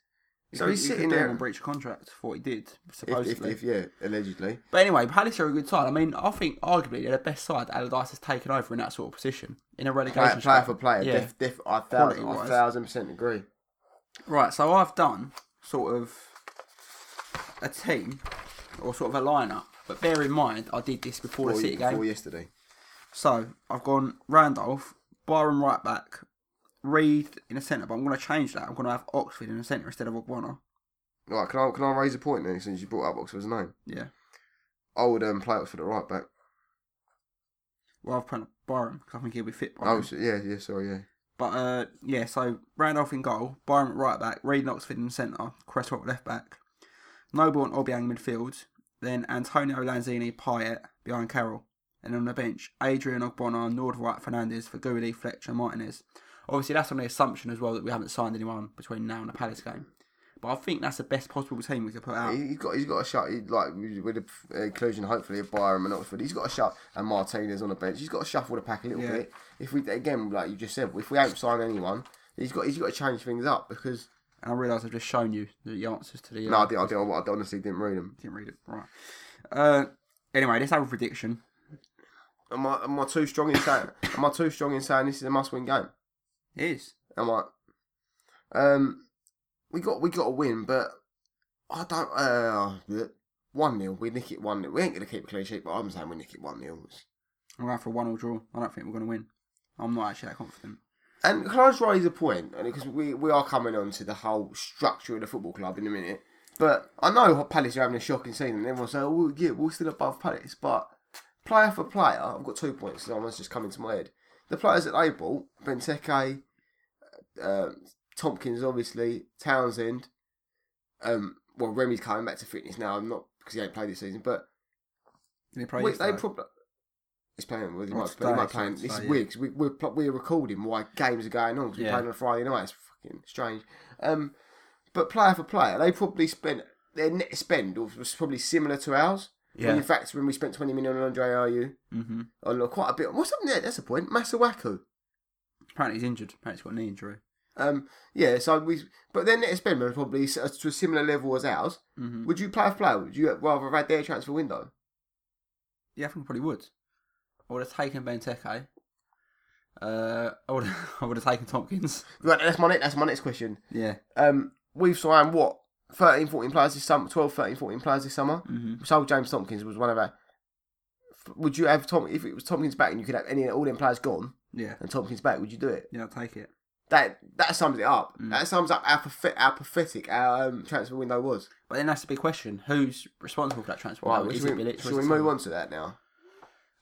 So You he's could- you could sitting do him there. on breach of contract for what he did If, supposedly. if, if yeah, allegedly. But anyway, Palace are a good side. I mean, I think arguably they're the best side Allardyce has taken over in that sort of position in a relegation. Player, player struggle. for player, Yeah. def, def, I thousand, I Quality-wise. thousand percent agree. Right. So I've done sort of a team or sort of a lineup. But bear in mind, I did this before the Before- City game. before yesterday. So I've gone Randolph, Byron right back, Reed in the centre. But I'm going to change that. I'm going to have Oxford in the centre instead of Ogbonna. Right, can I can I raise a point then since you brought up Oxford's name? Yeah. I would um, play Oxford at right back. Well, I've put Byron because I think he'll be fit. By Oh, then. so, yeah, yeah, sorry, yeah. But uh, yeah, so Randolph in goal, Byron at right back, Reed and Oxford in centre, Cresswell at left back, Noble and Obiang midfield, then Antonio Lanzini, Payet behind Carroll, and on the bench Adrian Ogbonna, Nordwright, Fernandez, Faguli, Fletcher, Martinez. Obviously, that's on the assumption as well that we haven't signed anyone between now and the Palace game. But I think that's the best possible team we could put out. He- He's got he's got a shot. He, like with with the inclusion, hopefully of Byram and Oxford, he's got a shot. And Martinez on the bench, he's got to shuffle the pack a little Yeah. bit. If we again, like you just said, if we haven't signed anyone, he's got he's got to change things up because And I realise I've just shown you the answers to the. uh, no, I, did, I, did, I honestly didn't read them. didn't read it right. Uh, anyway, let's have a prediction. Am I am I too strong in saying? am I too strong in saying this is a must-win game? It is. I'm like, um, we got we got a win, but I don't. Uh, bleh. 1 0. We nick it 1 0. We ain't going to keep a clean sheet, but I'm saying we nick it 1 0. I'm going for a one-all draw. I don't think we're going to win. I'm not actually that confident. And can I just raise a point? And because we, we are coming on to the whole structure of the football club in a minute. But I know Palace are having a shocking season, and everyone's saying, oh, yeah, we're still above Palace. But player for player, I've got two points, and one's just come into my head. The players that they bought, Benteke, uh, Tompkins, obviously, Townsend. Um, well, Remy's coming back to fitness now. I'm not because he ain't played this season, but They play we, yesterday. they probably. It's playing. Well, he Or might, today, but he might actually, play. it's This today, is weird 'cause we, we're pl- we're recording why games are going on 'cause we're Yeah. playing on a Friday night. It's fucking strange. Um, but player for player, they probably spent their net spend was probably similar to ours. When Yeah. in fact, when we spent twenty million on Andre Ayew, Mm-hmm. on quite a bit. What's up there? That's a point. Masawaku. Apparently he's injured. Apparently he's got a knee injury. Um, yeah. So we, but their net spend was probably s- uh, to a similar level as ours. hmm Would you player for player? Would you rather have had their transfer window? Yeah, I think I probably would. I would have taken Benteke. Uh, I would I would have taken Tompkins. Right. That's my next. That's my next question. Yeah. um, we've signed what 13, 14 players this summer, 12, 13, 14 players this summer. Mm-hmm. We sold James Tompkins was one of our. F- Would you have Tom if it was Tompkins back and you could have any all them players gone Yeah. and Tompkins back? Would you do it? Yeah, I'll take it. That that sums it up. Mm. That sums up how, pathet- how pathetic our um, transfer window was. But then that's the big question: who's responsible for that transfer? Right, Like, is should, it we, Bilic or should is we it move Tony? on Um, to that now?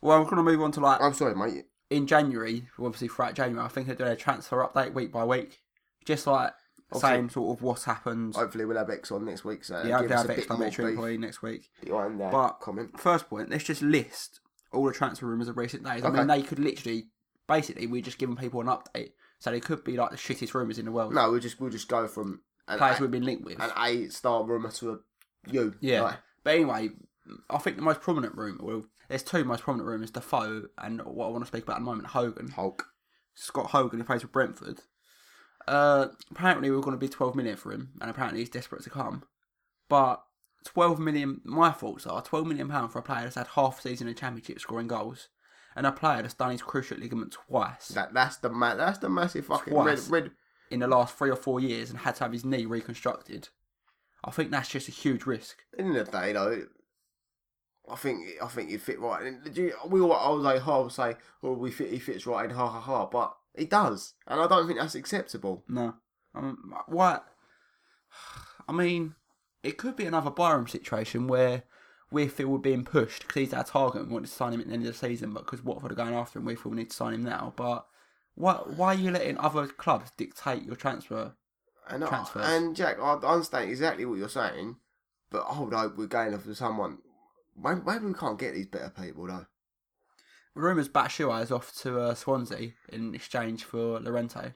Well, we're going to move on to like I'm sorry, mate. in January, obviously throughout January, I think they're doing a transfer update week by week, just like Obviously- saying sort of what's happened. Hopefully we'll have X on next week, so yeah, Uh, give I'll us have a bit extra more commentary beef for you next week. behind that But- comment. First point, let's just list all the transfer rumours of recent days. I mean, Okay. they could literally, basically, we're just giving people an update, so they could be like the shittest rumours in the world. No, we'll just we'll just go from an, players a, we've been linked with. an A star rumor to a you. Yeah. Like, But anyway, I think the most prominent rumour, well, there's two most prominent rumours Defoe and what I want to speak about at the moment, Hogan. Hulk. Scott Hogan, who plays for Brentford. Uh, apparently, we are going to be 12 million for him, and apparently, he's desperate to come. But 12 million, my thoughts are 12 million pound for a player that's had half a season in championship scoring goals, and a player that's done his cruciate ligament twice That that's the ma- that's the massive fucking red, Twice. red in the last three or four years and had to have his knee reconstructed. I think that's just a huge risk. in the day though. I think I think he fit right. And do you, we all I was like, ha, I was like, oh, we fit, he fits right, in ha ha ha. But he does, and I don't think that's acceptable. No. Um, what? I mean, it could be another Byram situation where Weirfield were being pushed because he's our target and we wanted to sign him at the end of the season, but because Watford are going after him, Weirfield need to sign him now. But what, why are you letting other clubs dictate your transfer? And I, Transfers. and Jack, I understand exactly what you're saying, but I would hope we're going after someone. Maybe, maybe we can't get these better people though. Rumours Batshua is off to uh, Swansea in exchange for Lorente.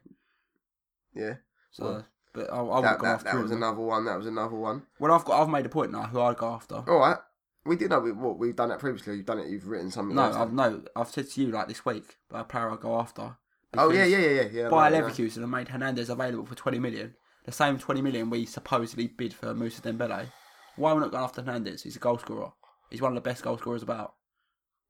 Yeah, So, Well, but I, I would that, go that, after that was him. another one. That was another one. Well, I've got I've made a point now who I'd go after. All right, we did know we, what we've done that previously. You've done it. You've written something. no, else. I've no, I've said to you like this week, but a player I'll go after. oh yeah, because- yeah, yeah, yeah. yeah By no, no. Leverkusen and made Hernandez available for 20 million. The same 20 million we supposedly bid for Musa Dembele. Why are we not going after Hernandez? He's a goal scorer. He's one of the best goal scorers about.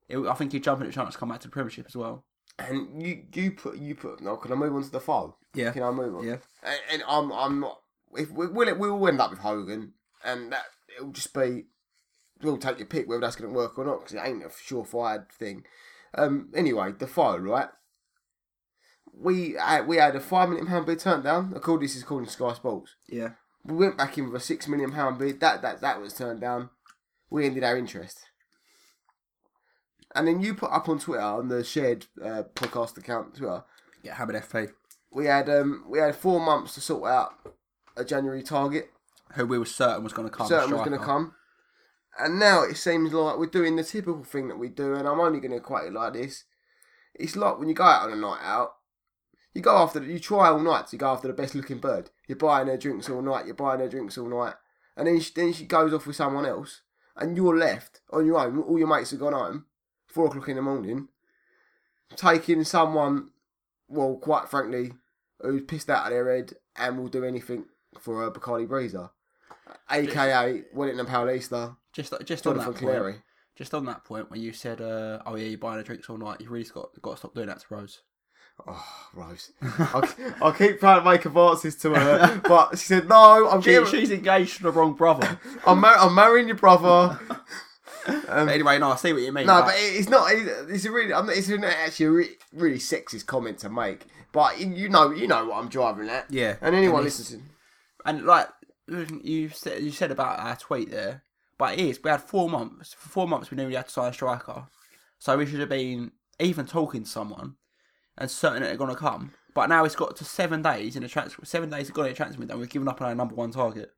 It, I think he's jumping at a chance to come back to the Premiership as well. And you, you put, you put. No, can I move on to the file? Yeah. Can I move on? Yeah. And, and I'm, I'm not. If we will, it will end up with Hogan, and that it'll just be. We'll take your pick whether that's going to work or not because it ain't a surefire thing. Um. Anyway, the file, right? We uh, we had a five million pound bid turned down. According this is according to Sky Sports. Yeah. We went back in with a six million pound bid. That that that was turned down. We ended our interest. And then you put up on Twitter on the shared uh, podcast account Twitter. Get Hamid FP. We had um we had four months to sort out a January target. Who we were certain was going to come. Certain was striker. going to come. And now it seems like we're doing the typical thing that we do. And I'm only going to equate it like this. It's like when you go out on a night out. You go after the, you try all night to go after the best looking bird. You're buying her drinks all night. You're buying her drinks all night, and then she, then she goes off with someone else, and you're left on your own. All your mates have gone home, four o'clock in the morning, taking someone, well, quite frankly, who's pissed out of their head and will do anything for a Bacardi Breezer, aka Wellington Paulista, Just, just on Jonathan that point. Cleary. Just on that point where you said, uh, "Oh yeah, you're buying the drinks all night." You really got got to stop doing that to Rose. Oh, Rose. I'll, I'll keep trying to make advances to her, but she said, No, I'm, She, getting, she's engaged to the wrong brother. I'm, mar- I'm marrying your brother. Um, But anyway, no, I see what you mean. No, like, but it- it's not. it- It's a really. I'm not, it's not actually a re- really sexist comment to make. But you know, you know what I'm driving at. Yeah, And anyone and it's- listens. and like you said, you said about our tweet there, but it is. We had four months. For four months, we knew we had to sign a striker, so we should have been even talking to someone and certain that they're going to come. But now it's got to seven days in the transfer. Seven days have gone in the transfer window, and we've given up on our number one target.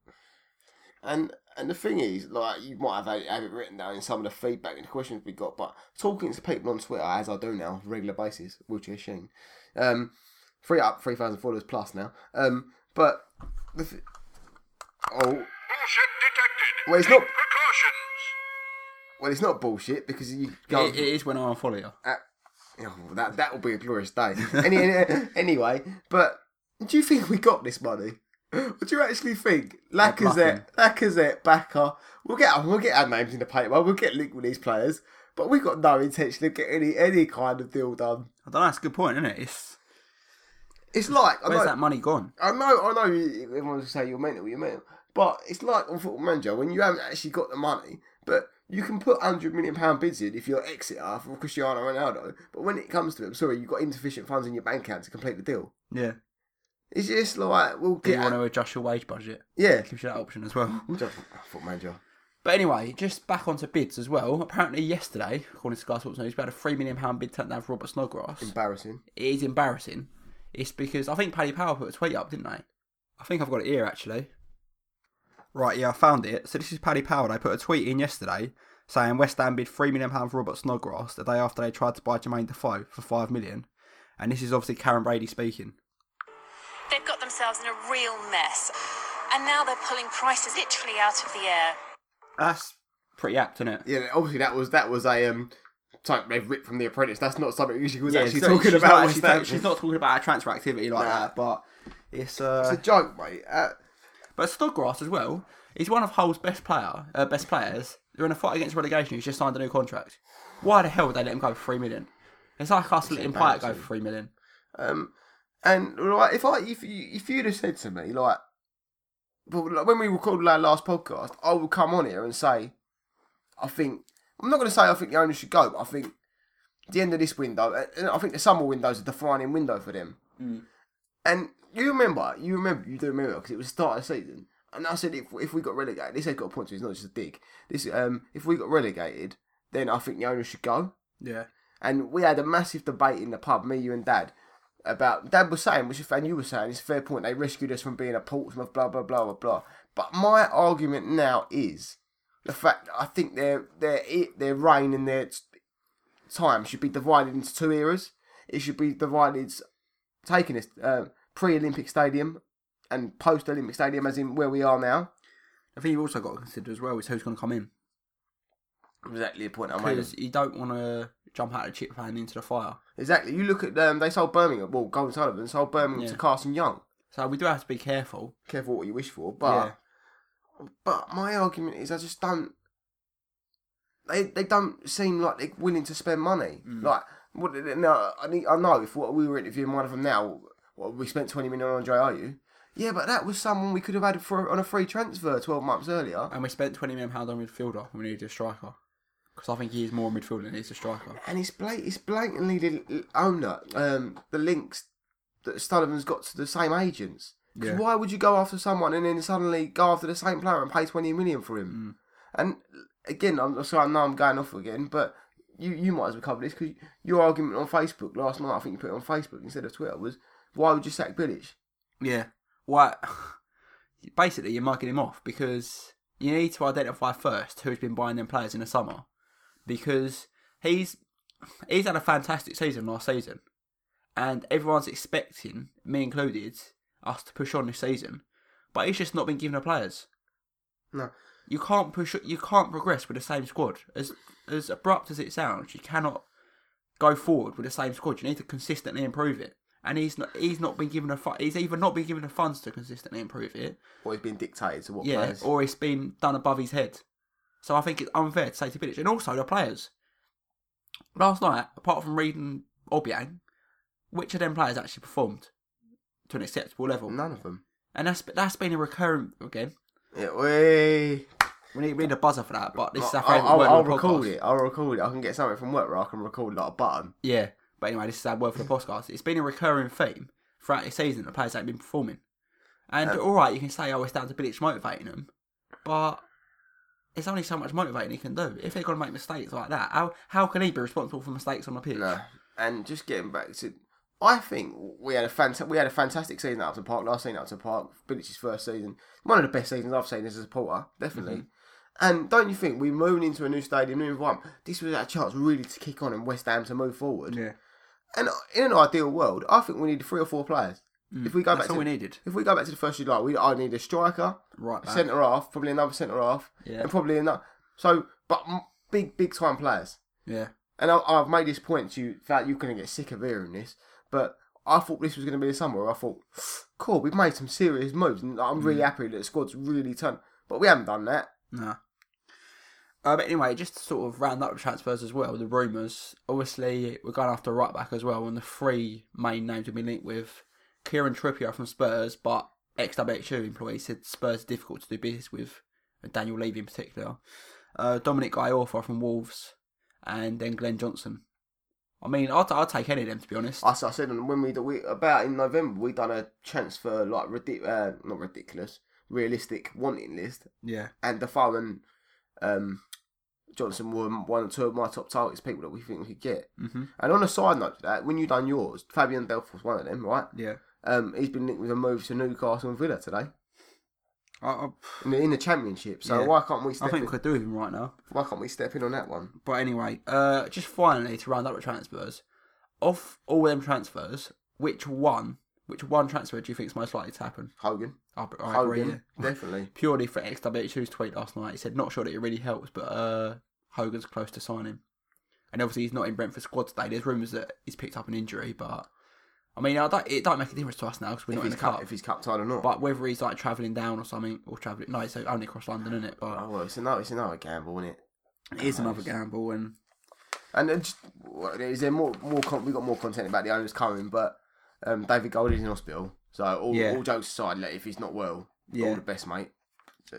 And and the thing is, like you might have, had- have it written down in some of the feedback and the questions we got. But talking to people on Twitter, as I do now, on a regular basis, wheelchair Sheen, um, free up three thousand followers plus now. Um, but the th- oh. Bullshit detected. Well, it's Take not- precautions. Well, it's not bullshit because you go. It, it is when I unfollow you. Oh, that that will be a glorious day. Any, any- anyway, but do you think we got this money? What do you actually think? Lacazette, Lacazette, Backer. We'll get we'll get our names in the paper. We'll get linked with these players, but we got no intention of getting any any kind of deal done. I don't know. That's a good point, isn't it? It's, It's like I where's know, that money gone? I know, I know. you- Everyone's gonna say you're mental, you're mental, but it's like on Football Manager when you haven't actually got the money, but you can put hundred million pound bids in if you're Exeter for Cristiano Ronaldo. But when it comes to it, I'm sorry, you've got insufficient funds in your bank account to complete the deal. Yeah. It's just like we'll Do get you want to adjust your wage budget? yeah. Gives you that option as well. Just- Football Manager. But anyway, just back onto bids as well. Apparently yesterday, according to Sky Sports News, we had a three million pound bid turned down for Robert Snodgrass. Embarrassing. It is embarrassing. It's because I think Paddy Power put a tweet up, didn't they? I think I've got it here actually. Right, yeah, I found it. So this is Paddy Power. They put a tweet in yesterday saying West Ham bid three million pound for Robert Snodgrass the day after they tried to buy Jermaine Defoe for five million. And this is obviously Karen Brady speaking. They've got themselves in a real mess. And now they're pulling prices literally out of the air. That's pretty apt, isn't it? Yeah, obviously that was that was a um type they've ripped from The Apprentice. That's not something she was actually she's not- talking she's about. Not, was she's, that? not, she's not talking about our transfer activity like Nah. that, but it's. Uh, It's a joke, mate. Uh, but Snodgrass as well. He's one of Hull's best player, uh, best players. They're in a fight against relegation. He's just signed a new contract. Why the hell would they let him go for three million? It's like us letting Pyatt go for three million. Um, and like, if I if you if you'd have said to me like, well, like, when we recorded our last podcast, I would come on here and say, I think I'm not going to say I think the owner should go, but I think the end of this window, and I think the summer window is a defining window for them. And you remember, you remember, you do remember because it was the start of the season. And I said, if if we got relegated, this ain't got a point to. it, It's not just a dig. This um, if we got relegated, then I think the owner should go Yeah. and we had a massive debate in the pub, me, you, and Dad, about Dad was saying, which and you were saying, it's a fair point. They rescued us from being a Portsmouth, blah blah blah blah blah. But my argument now is the fact that I think their their e- their reign and their t- time should be divided into two eras. It should be divided, taking us uh, pre-Olympic Stadium and post-Olympic Stadium, as in where we are now. I think you've also got to consider as well is who's going to come in Exactly the point I made. because you don't want to jump out of the chip fan into the fire. Exactly. You look at um, they sold Birmingham. Well, Golden Sullivan sold Birmingham Yeah. to Carson Young. So we do have to be careful. careful what you wish for, but but my argument is I just don't they they don't seem like they're willing to spend money. Like what no, I need, I know if what we were interviewing one of them now, what we spent twenty million on Andre Ayew. Yeah, but that was someone we could have had for on a free transfer twelve months earlier. And we spent twenty million pound on midfielder. and We needed a striker because I think he is more a midfielder than he is a striker. And it's blat- it's blatantly the l- owner, um, the links that Sullivan's got to the same agents. 'Cause Yeah. why would you go after someone and then suddenly go after the same player and pay twenty million for him? Mm. And again, I'm sorry, I know I'm going off again, but you you might as well cover this because your argument on Facebook last night, I think you put it on Facebook instead of Twitter, was why would you sack Bilic? Yeah. Why? Basically, you're mugging him off because you need to identify first who's been buying them players in the summer, because he's he's had a fantastic season last season, and everyone's expecting, me included, us to push on this season, but he's just not been given the players. No. You can't push. You can't progress with the same squad. As as abrupt as it sounds, you cannot go forward with the same squad. You need to consistently improve it. And he's not. He's not been given a. Fu- he's either not been given the funds to consistently improve it, Or he's been dictated to what yeah, players. or it's been done above his head. So I think it's unfair to say to Bilic, and also the players. Last night, apart from Reed and Obiang, which of them players actually performed to an acceptable level? None of them. And that's that's been a recurrent again. Yeah, we. We need, we need a buzzer for that, but this is our I'll, favourite I'll, word I'll of the record podcast. it. I'll record it. I can get something from work where I can record like a button. Yeah, but anyway, this is our word for the podcast. It's been a recurring theme throughout the season. The players haven't been performing, and all right, you can say, "Oh, it's down to Bilic motivating them," but it's only so much motivating he can do. If they're going to make mistakes like that, how how can he be responsible for mistakes on the pitch? No, and just getting back to, I think we had a fant- we had a fantastic season at Upton Park last season. At Upton Park, Billich's first season, one of the best seasons I've seen as a supporter, definitely. Mm-hmm. And don't you think we moving into a new stadium, new environment? This was our chance really to kick on and West Ham to move forward. Yeah. And in an ideal world, I think we need three or four players. if we go Mm. That's back, all to, we needed. If we go back to the first July, we I need a striker, Right back. centre half, probably another centre half, Yeah. and probably another. So, but m- big big time players. Yeah, And I, I've made this point to you that you're going to get sick of hearing this, but I thought this was going to be the summer. where I thought, cool, we've made some serious moves, and I'm really happy that the squad's really turned. But we haven't done that. no. Uh, but anyway, just to sort of round up the transfers as well, the rumours. Obviously, we're going after right back as well, and the three main names we've been linked with Kieran Trippier from Spurs, but XWHU employee said Spurs are difficult to do business with, and Daniel Levy in particular. Uh, Dominic Iorfa from Wolves, and then Glenn Johnson. I mean, I'll, t- I'll take any of them, to be honest. I, s- I said when we, we about in November we done a transfer like ridic- uh, not ridiculous, realistic wanting list, yeah. and Defoe and um, Johnson were one or two of my top targets, people that we think we could get. Mm-hmm. And on a side note to that, when you done yours, Fabian Delph was one of them, right? Yeah. Um, he's been linked with a move to Newcastle and Villa today I, I, in the, in the Championship. So Yeah. why can't we I step think in, we could do with him right now. why can't we step in on that one? But anyway, uh, just finally to round up the transfers, of all them transfers, which one, which one transfer do you think is most likely to happen? Hogan, I, I agree. Hogan, yeah. definitely. Purely for XWHU's tweet last night, he said, "Not sure that it really helps, but uh, Hogan's close to signing." And obviously, he's not in Brentford squad today. There's rumours that he's picked up an injury, but I mean, I don't, it don't make a difference to us now because we're If not in he's, the cup, cup. if he's cup tied or not. But whether he's like travelling down or something, or travelling, no, it's only across London, isn't it? But oh well, it's another it's another gamble, isn't it? it is another gamble, and And then just, well, is there more more con- we got more content about the owners coming, but um, David Gold is in hospital, so all, Yeah. all jokes aside, like, if he's not well, Yeah. all the best, mate.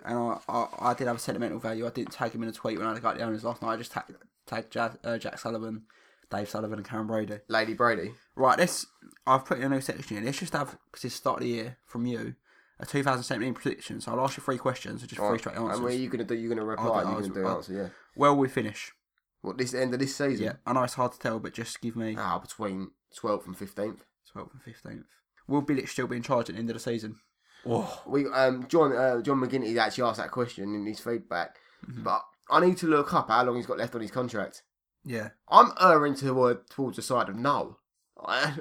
and I, I, I did have a sentimental value. I didn't tag him in a tweet when I got the owners last night. I just tagged, tagged Jack, uh, Jack Sullivan, Dave Sullivan, and Karen Brady. Lady Brady. Right, let's. I've put in a new section here. Let's just have because it's the start of the year from you a 2017 prediction. So I'll ask you three questions and just three straight And what are answers. you gonna do? You're gonna I'll reply. do- You're I'll gonna do- do I'll- answer. Yeah. Well, we finish. What this end of this season? Yeah, I know it's hard to tell, but just give me Ah, between twelfth and fifteenth. 12th and 15th. Will Bilic still be in charge at the end of the season? Oh, We um John uh, John McGinty actually asked that question in his feedback, but I need to look up how long he's got left on his contract. yeah. I'm erring toward towards the side of no. I,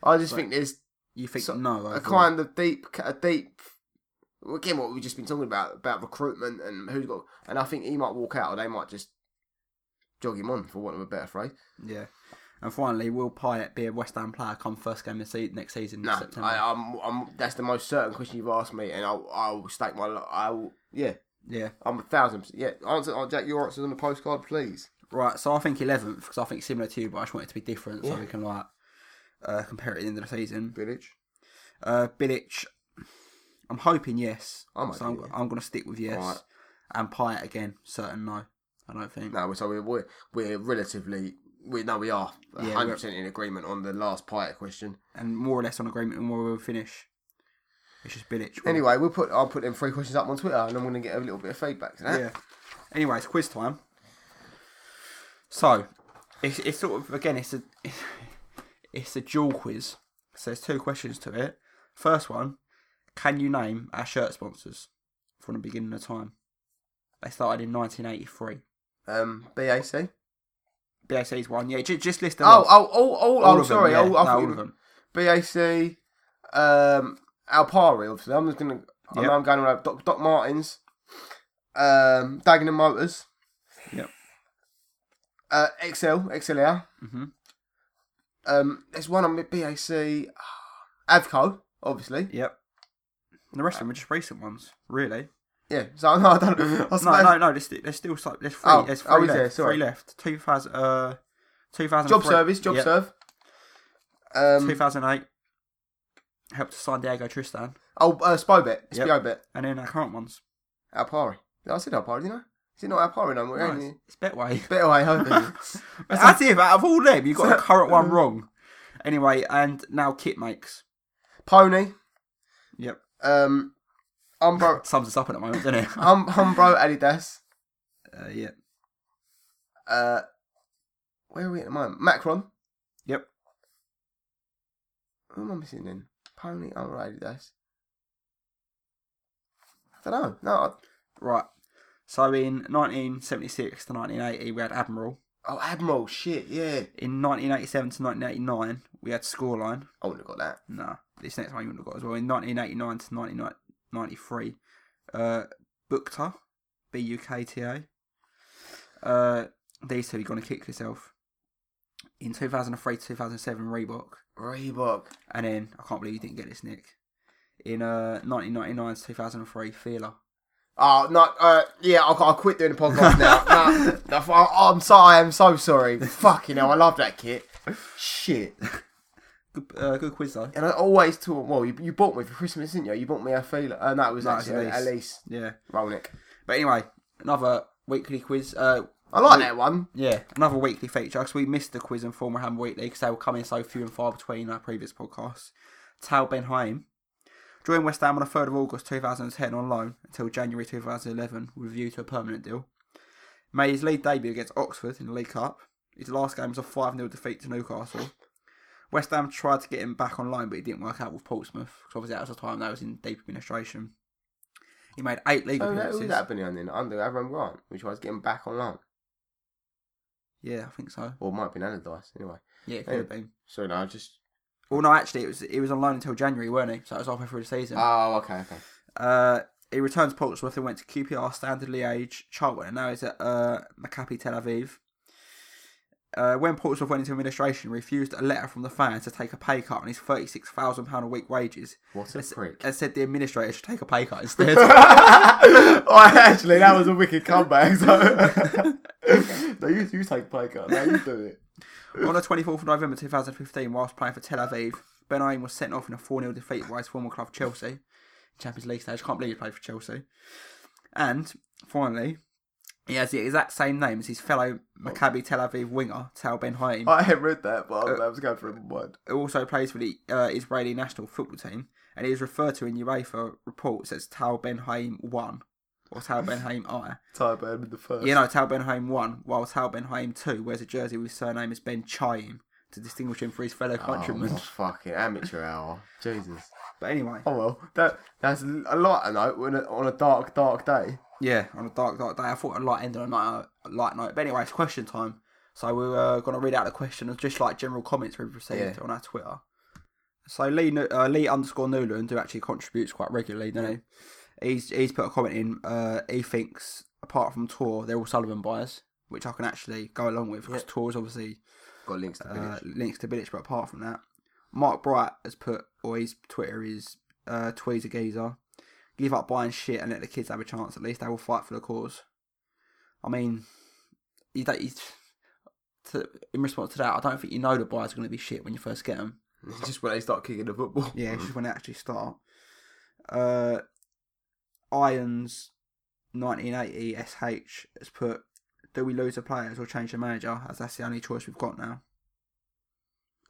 I just think there's You think so- no? a overall. kind of deep a deep well, again what we've just been talking about about recruitment and who's got and I think he might walk out or they might just jog him on for want of a better phrase. Yeah. And finally, will Pyatt be a West Ham player come first game of se- next season? No, September? I, I'm, I'm. That's the most certain question you've asked me, and I'll, I'll stake my. li- I'll, yeah, yeah. I'm a thousand. percent- Yeah, answer, oh, Jack. Your answers on the postcard, please. Right, so I think 11th because I think similar to you, but I just want it to be different so Yeah. we can like uh, compare it at the end of the season. Village. Uh, Bilic, I'm hoping yes. I'm so I'm, hoping yes. I'm going to stick with yes. Alright. And Pyatt again, certain no. I don't think. No, so we're we're, we're relatively. We no, we are Yeah, 100 percent in agreement on the last Pyatt question. And more or less on agreement on where we'll finish. It's just Bilic. really. Anyway, we'll put. I'll put them three questions up on Twitter, and I'm going to get a little bit of feedback. To that. Yeah. Anyway, it's quiz time. So, it's, it's sort of again, it's a it's a dual quiz. So there's two questions to it. First one: Can you name our shirt sponsors from the beginning of time? They started in 1983. Um, BAC. BAC's one, yeah. Just, just list them. Oh, off. oh, oh, oh, All oh, of them, sorry. yeah. Oh, I No, thought all you- of them. BAC, um, Alpari, obviously. I'm just going to, I Yep. know I'm going around Doc, Doc Martins, um, Dagenham Motors, Yep. uh, XL, XLR. Mhm. Um, there's one on the BAC, uh, Avco, obviously. Yep. And the rest of them are just recent ones, really. Yeah, so no, I don't I No, suppose- no, no. There's, sti- there's still so- there's three. Oh, there's three oh, is left. there? Sorry. Three left. Two thousand. Uh, two thousand. Job service, job serve. Um, 2008, helped to sign Diego Tristan, oh, uh, Spobit. It's Yep. Spobit. and then our current ones. Alpari. I said Alpari, didn't I? Is it not Alpari no more? No, ain't it's, it? it's Betway. Bit away, hope That's it. Out of all them, you got a current one wrong. Anyway, and now kit makes. Pony. Yep. Um, Umbro. Sums us up at the moment, doesn't it? uh, Hum, Humbro Adidas. yeah. Uh, where are we at the moment? Macron. Yep. Who am I missing then? Pony Umbro Adidas. I don't know. No. I, Right. So in 1976 to 1980, we had Admiral. oh, Admiral. Shit. Yeah. In 1987 to 1989, we had Scoreline. I wouldn't have got that. Nah, this next one you wouldn't have got as well. In 1989 to 1993, uh, Bukta, B U K T A. Uh, these two, you're going to kick yourself. In 2003 to 2007, Reebok. Reebok. And then, I can't believe you didn't get this, Nick. In uh, 1999 to 2003, Feeler. Oh no! Uh, yeah, I'll, I'll quit doing the podcast now. no, no, f- I- I'm sorry. I'm so sorry. Fucking hell! I love that kit. Shit. Good, uh, good quiz, though. And I always thought, well, you, you bought me for Christmas, didn't you? You bought me a feeler. Uh, no, it was No, it's actually Elise. Elise. Elise Yeah. Rolnick. But anyway, another weekly quiz. Uh, I like that one. yeah, another weekly feature because we missed the quiz and former ham weekly because they were coming so few and far between in our previous podcasts. Tal Ben Haim joined West Ham on the 3rd of August 2010 on loan until January 2011 with a view to a permanent deal. Made his league debut against Oxford in the League Cup. His last game was a 5 0 defeat to Newcastle. West Ham tried to get him back on loan, but it didn't work out with Portsmouth because obviously that was the time that was in deep administration. He made eight league Oh, that, appearances. who's that been on then? Under Avram Grant, which was getting back on loan. Yeah, I think so. Or it might have been Allardyce, anyway. Yeah, it could have been. So, no, I just. Well, no, actually, it was it was on loan until January, weren't he? So it was halfway through the season. Oh, okay, okay. Uh, he returned to Portsmouth and went to QPR, Standard Liège, Charlton, and now he's at uh, Maccabi Tel Aviv. Uh, when Portsmouth went into administration, he refused a letter from the fans to take a pay cut on his thirty-six thousand pound a week wages, What a prick. and said the administrator should take a pay cut instead. oh, actually, that was a wicked comeback. So. no, you, you take play cut. No, you do it. On the 24th of November 2015, whilst playing for Tel Aviv, Ben Ayn was sent off in a 4 0 defeat by his former club Chelsea, Champions League stage. Can't believe he played for Chelsea. And finally, he has the exact same name as his fellow Maccabi Tel Aviv winger, Tal Ben Haim, I had read that, but I was going for a mind. who also plays for the uh, Israeli national football team. And he is referred to in UEFA reports as Tal Ben Haim 1 or Tal Ben Haim I. Type in the first. You know, Tal Ben Haim 1, while Tal Ben Haim 2 wears a jersey with his surname as Ben Chaim to distinguish him from his fellow countrymen. Oh, fucking amateur hour. Jesus. But anyway, Oh well, that that's a lot I know on a, on a dark, dark day. yeah, on a dark, dark day, I thought I'd light end on a night, a light night. But anyway, it's question time. So we're uh, going to read out the question of just like general comments we've received Yeah. on our Twitter. So Lee Nu- uh, Lee underscore Newland, who actually contributes quite regularly, doesn't he? He's, he's put a comment in. Uh, he thinks, apart from Tor, they're all Sullivan buyers, which I can actually go along with because Tor is obviously Got links to uh, links to Bilic, but apart from that, Mark Bright has put, or his Twitter is uh, Tweezer Geezer, give up buying shit and let the kids have a chance. At least they will fight for the cause. I mean, you don't. You, to, in response to that, I don't think you know the buyers are going to be shit when you first get them. Just when they start kicking the football. Yeah, it's just when they actually start. Uh, Irons, nineteen eighty sh has put. Do we lose the players or change the manager? As that's the only choice we've got now.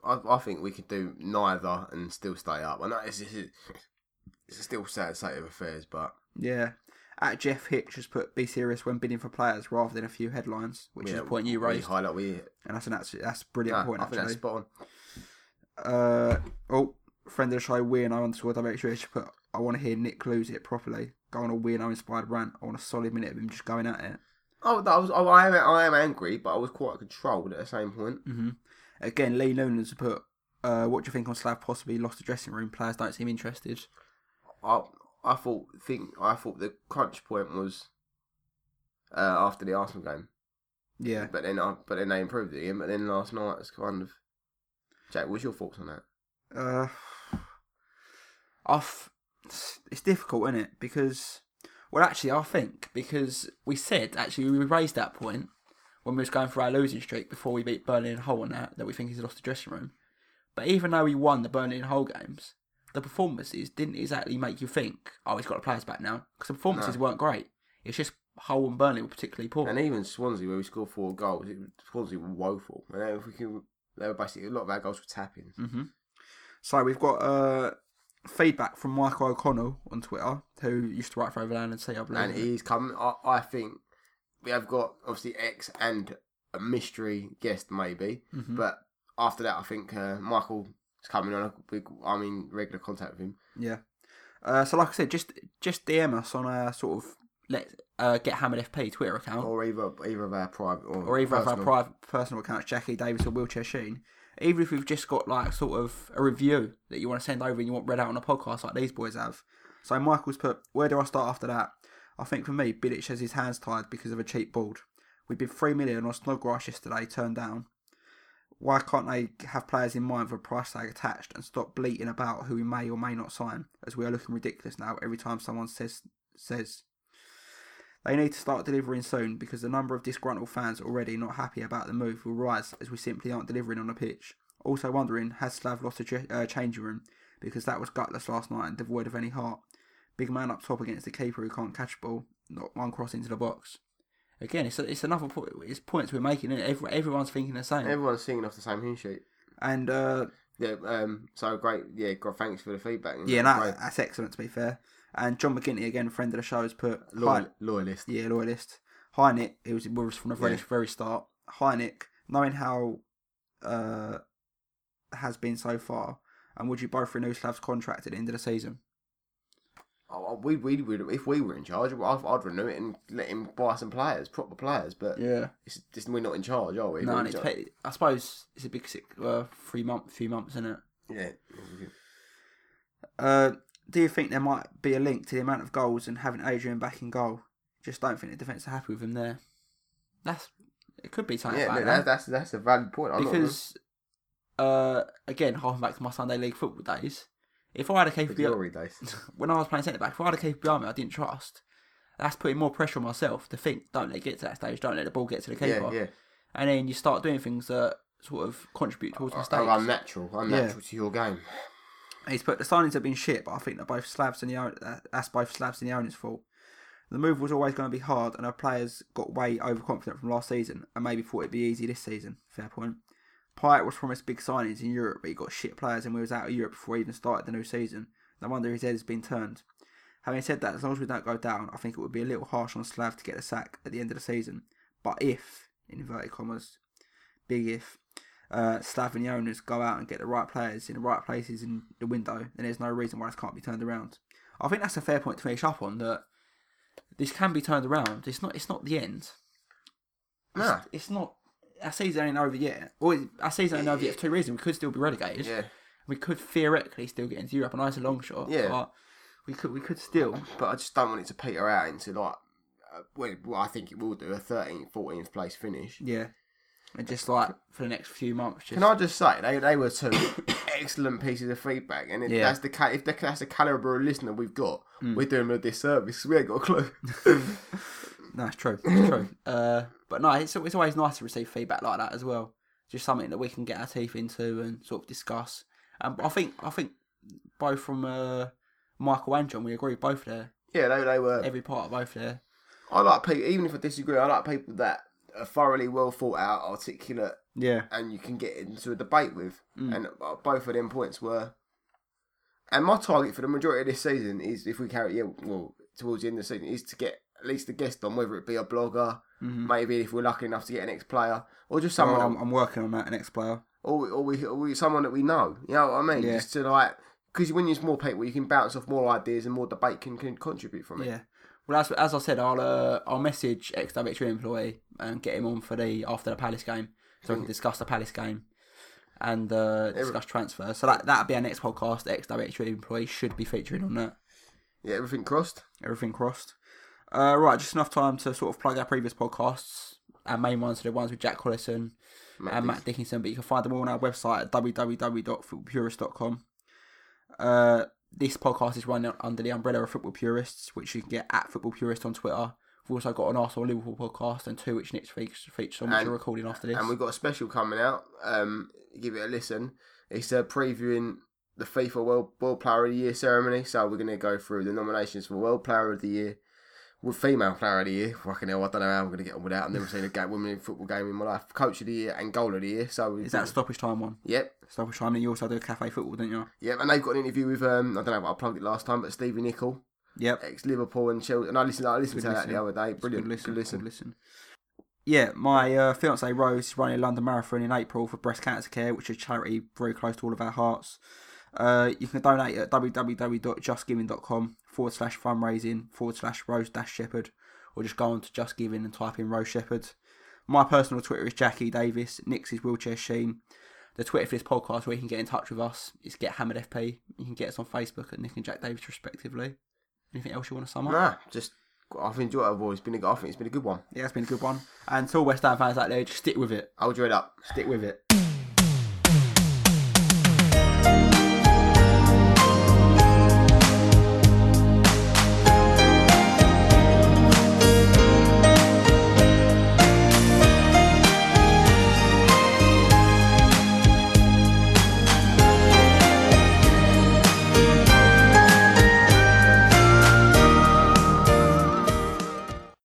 I, I think we could do neither and still stay up. I know it's, it's, it's still a sad state of affairs, but Yeah. At Jeff Hitch has put be serious when bidding for players rather than a few headlines, which is a point you we raised, highlight we hit. and that's an absolute, that's a brilliant Nah, point I think that's actually. spot on. Uh, oh, friend of the show, Weirno underscore WH has put I want to hear Nick lose it properly. Go on a Weirno inspired rant. I want a solid minute of him just going at it. Oh, that was, oh, I am I am angry, but I was quite controlled at the same point. Again, Lee Noonan's put. Uh, what do you think on Slav possibly lost the dressing room? Players don't seem interested. I I thought think I thought the crunch point was uh, after the Arsenal game. Yeah, But then, I, but then they improved it again. But then last night was kind of. Jack, what's your thoughts on that? Uh, off. It's it's difficult, isn't it? Because, well, actually, I think because we said actually we raised that point when we was going for our losing streak before we beat Berlin and Hull on that that we think he's lost the dressing room. But even though he won the Burnley and Hull games, the performances didn't exactly make you think, oh, he's got the players back now. Because the performances weren't great. It's just Hull and Burnley were particularly poor. And even Swansea, where we scored four goals, it, Swansea were woeful. And then if we could, they were basically a lot of our goals were tapping. Mm-hmm. So we've got uh, feedback from Michael O'Connell on Twitter, who used to write for Overland and Sea, I believe. And he's come. I, I think we have got obviously X and a mystery guest maybe, Mm-hmm. but after that, I think uh, Michael is coming on. We, I'm in regular contact with him. Yeah. Uh, so like I said, just just DM us on our sort of let uh, get hammered FP Twitter account or, Or either either of our private or, Oh. either of our personal. private personal accounts, Jackie Davis or Wheelchair Sheen. Even if we've just got like sort of a review that you want to send over and you want read out on a podcast like these boys have. So Michael's put, where do I start after that? I think for me, Bilic has his hands tied because of a cheap board. We bid three million on Snodgrass yesterday, turned down. Why can't they have players in mind with a price tag attached and stop bleating about who we may or may not sign, as we are looking ridiculous now every time someone says says they need to start delivering soon because the number of disgruntled fans already not happy about the move will rise as we simply aren't delivering on the pitch. Also wondering, has Slav lost a ch- uh, changing room? Because that was gutless last night and devoid of any heart. Big man up top against the keeper who can't catch a ball, not one cross into the box. Again, it's, it's another point, it's points we're making, is Every, everyone's thinking the same. Everyone's singing off the same hymn sheet. and uh, Yeah. Um. So great. Yeah. Great. Thanks for the feedback. yeah, Great. no, that's excellent to be fair. And John McGinty, again, friend of the show, has put. Loyal, "Hi- loyalist. Yeah, loyalist. Heineck, it was with us from the very, Yeah. very start. Heineck, knowing how uh has been so far, and would you both renew Slav's contract at the end of the season? Oh, we we would if we were in charge, I'd, I'd renew it and let him buy some players, proper players. But Yeah. it's, it's, we're not in charge, are we? No, We're and in it's charge- pa- I suppose it's a big six, uh, three month, few months, isn't it? yeah. Uh, do you think there might be a link to the amount of goals and having Adrian back in goal? Just don't think the defence are happy with him there. That's it. Could be something. Yeah, about no, that. that, that's that's a valid point. I'm not- because uh, again, harking back to my Sunday league football days, if I had a the KPB, glory days. when I was playing centre back, if I had a keeper behind me I didn't trust, that's putting more pressure on myself to think, don't let it get to that stage, don't let the ball get to the keeper. Yeah, yeah. And then you start doing things that sort of contribute towards mistakes. Oh, unnatural, unnatural to your game. He's put the signings have been shit, but I think that both slabs and the own- that- that's both slabs and the owner's fault. The move was always going to be hard, and our players got way overconfident from last season, and maybe thought it'd be easy this season. Fair point. Pyatt was promised big signings in Europe, but he got shit players, and we was out of Europe before he even started the new season. No wonder his head has been turned. Having said that, as long as we don't go down, I think it would be a little harsh on Slav to get the sack at the end of the season. But if, in inverted commas, big if, uh, Slav and the owners go out and get the right players in the right places in the window, then there's no reason why this can't be turned around. I think that's a fair point to finish up on that this can be turned around. It's not it's not the end. Nah. It's not our season ain't over yet. Well our season ain't over yet for two reasons. We could still be relegated. Yeah. We could theoretically still get into Europe and it's a long shot. Yeah. But we could we could still But I just don't want it to peter out into like, uh, well, well, I think it will do a 13th, 14th place finish. Yeah. And just like for the next few months just Can I just say they they were two excellent pieces of feedback, and if Yeah. that's the ca- if the, that's the caliber of listener we've got, we're doing them a disservice. 'cause We ain't got a clue. No, it's true. It's true. Uh, but no, it's, it's always nice to receive feedback like that as well. Just something that we can get our teeth into and sort of discuss. Um, I think I think both from uh, Michael and John, we agree both there. yeah, they they were. Every part of both there. I like people, even if I disagree, I like people that are thoroughly well thought out, articulate, Yeah. and you can get into a debate with. And uh, both of them points were. And my target for the majority of this season is, if we carry, yeah, well, towards the end of the season, is to get at least a guest on, whether it be a blogger, maybe if we're lucky enough to get an ex player, or just someone, I'm, I'm working on that next player. or, or, we, or we, someone that we know. You know what I mean? Yeah. Just to like, because when there's more people, you can bounce off more ideas and more debate can, can contribute from it. Yeah. Well, as, as I said, I'll uh, I'll message ex directory employee and get him on for the after the Palace game, so we can discuss the Palace game and uh, discuss transfers. So that that'll be our next podcast. Ex directory employee should be featuring on that. Yeah, everything crossed. everything crossed. Uh, right, just enough time to sort of plug our previous podcasts. Our main ones are the ones with Jack Collison and Matt Dickinson, but you can find them all on our website at www.footballpurist.com. Uh, this podcast is run under the umbrella of Football Purists, which you can get at Football Purist on Twitter. We've also got an Arsenal and Liverpool podcast and two which next week features on which And- are recording after this. and we've got a special coming out. Um, give it a listen. It's uh, previewing the FIFA World, World Player of the Year ceremony. So we're going to go through the nominations for World Player of the Year, with Female Player of the Year. Fucking hell, I don't know how I'm going to get on with that. I've never seen a game, women in football game in my life. Coach of the Year and Goal of the Year. So Is that a stoppage time one? Yep, Stoppage time, and you also do cafe football, don't you? yep. And they've got an interview with um, I don't know, if I plugged it last time, but Stevie Nicol, Yep. ex Liverpool and Chelsea. And I listened, I listened to Good that listen. the other day. It's a good Brilliant. listen, Good listen. good listen. Yeah, my uh, fiance Rose is running a London Marathon in April for breast cancer care, which is a charity very close to all of our hearts. Uh, you can donate at www.justgiving.com forward slash fundraising forward slash Rose dash Shepherd, or just go on to Just Giving and type in Rose Shepherd. My personal Twitter is Jackie Davis. Nick's is Wheelchair Sheen. The Twitter for this podcast where you can get in touch with us is Get Hammered FP. You can get us on Facebook at Nick and Jack Davis respectively. Anything else you want to sum up? Nah, just I've enjoyed it, boy. It's been a, I think it's been a good one. Yeah, it's been a good one. And to all West Ham fans out there, just stick with it. Hold your head up. Stick with it.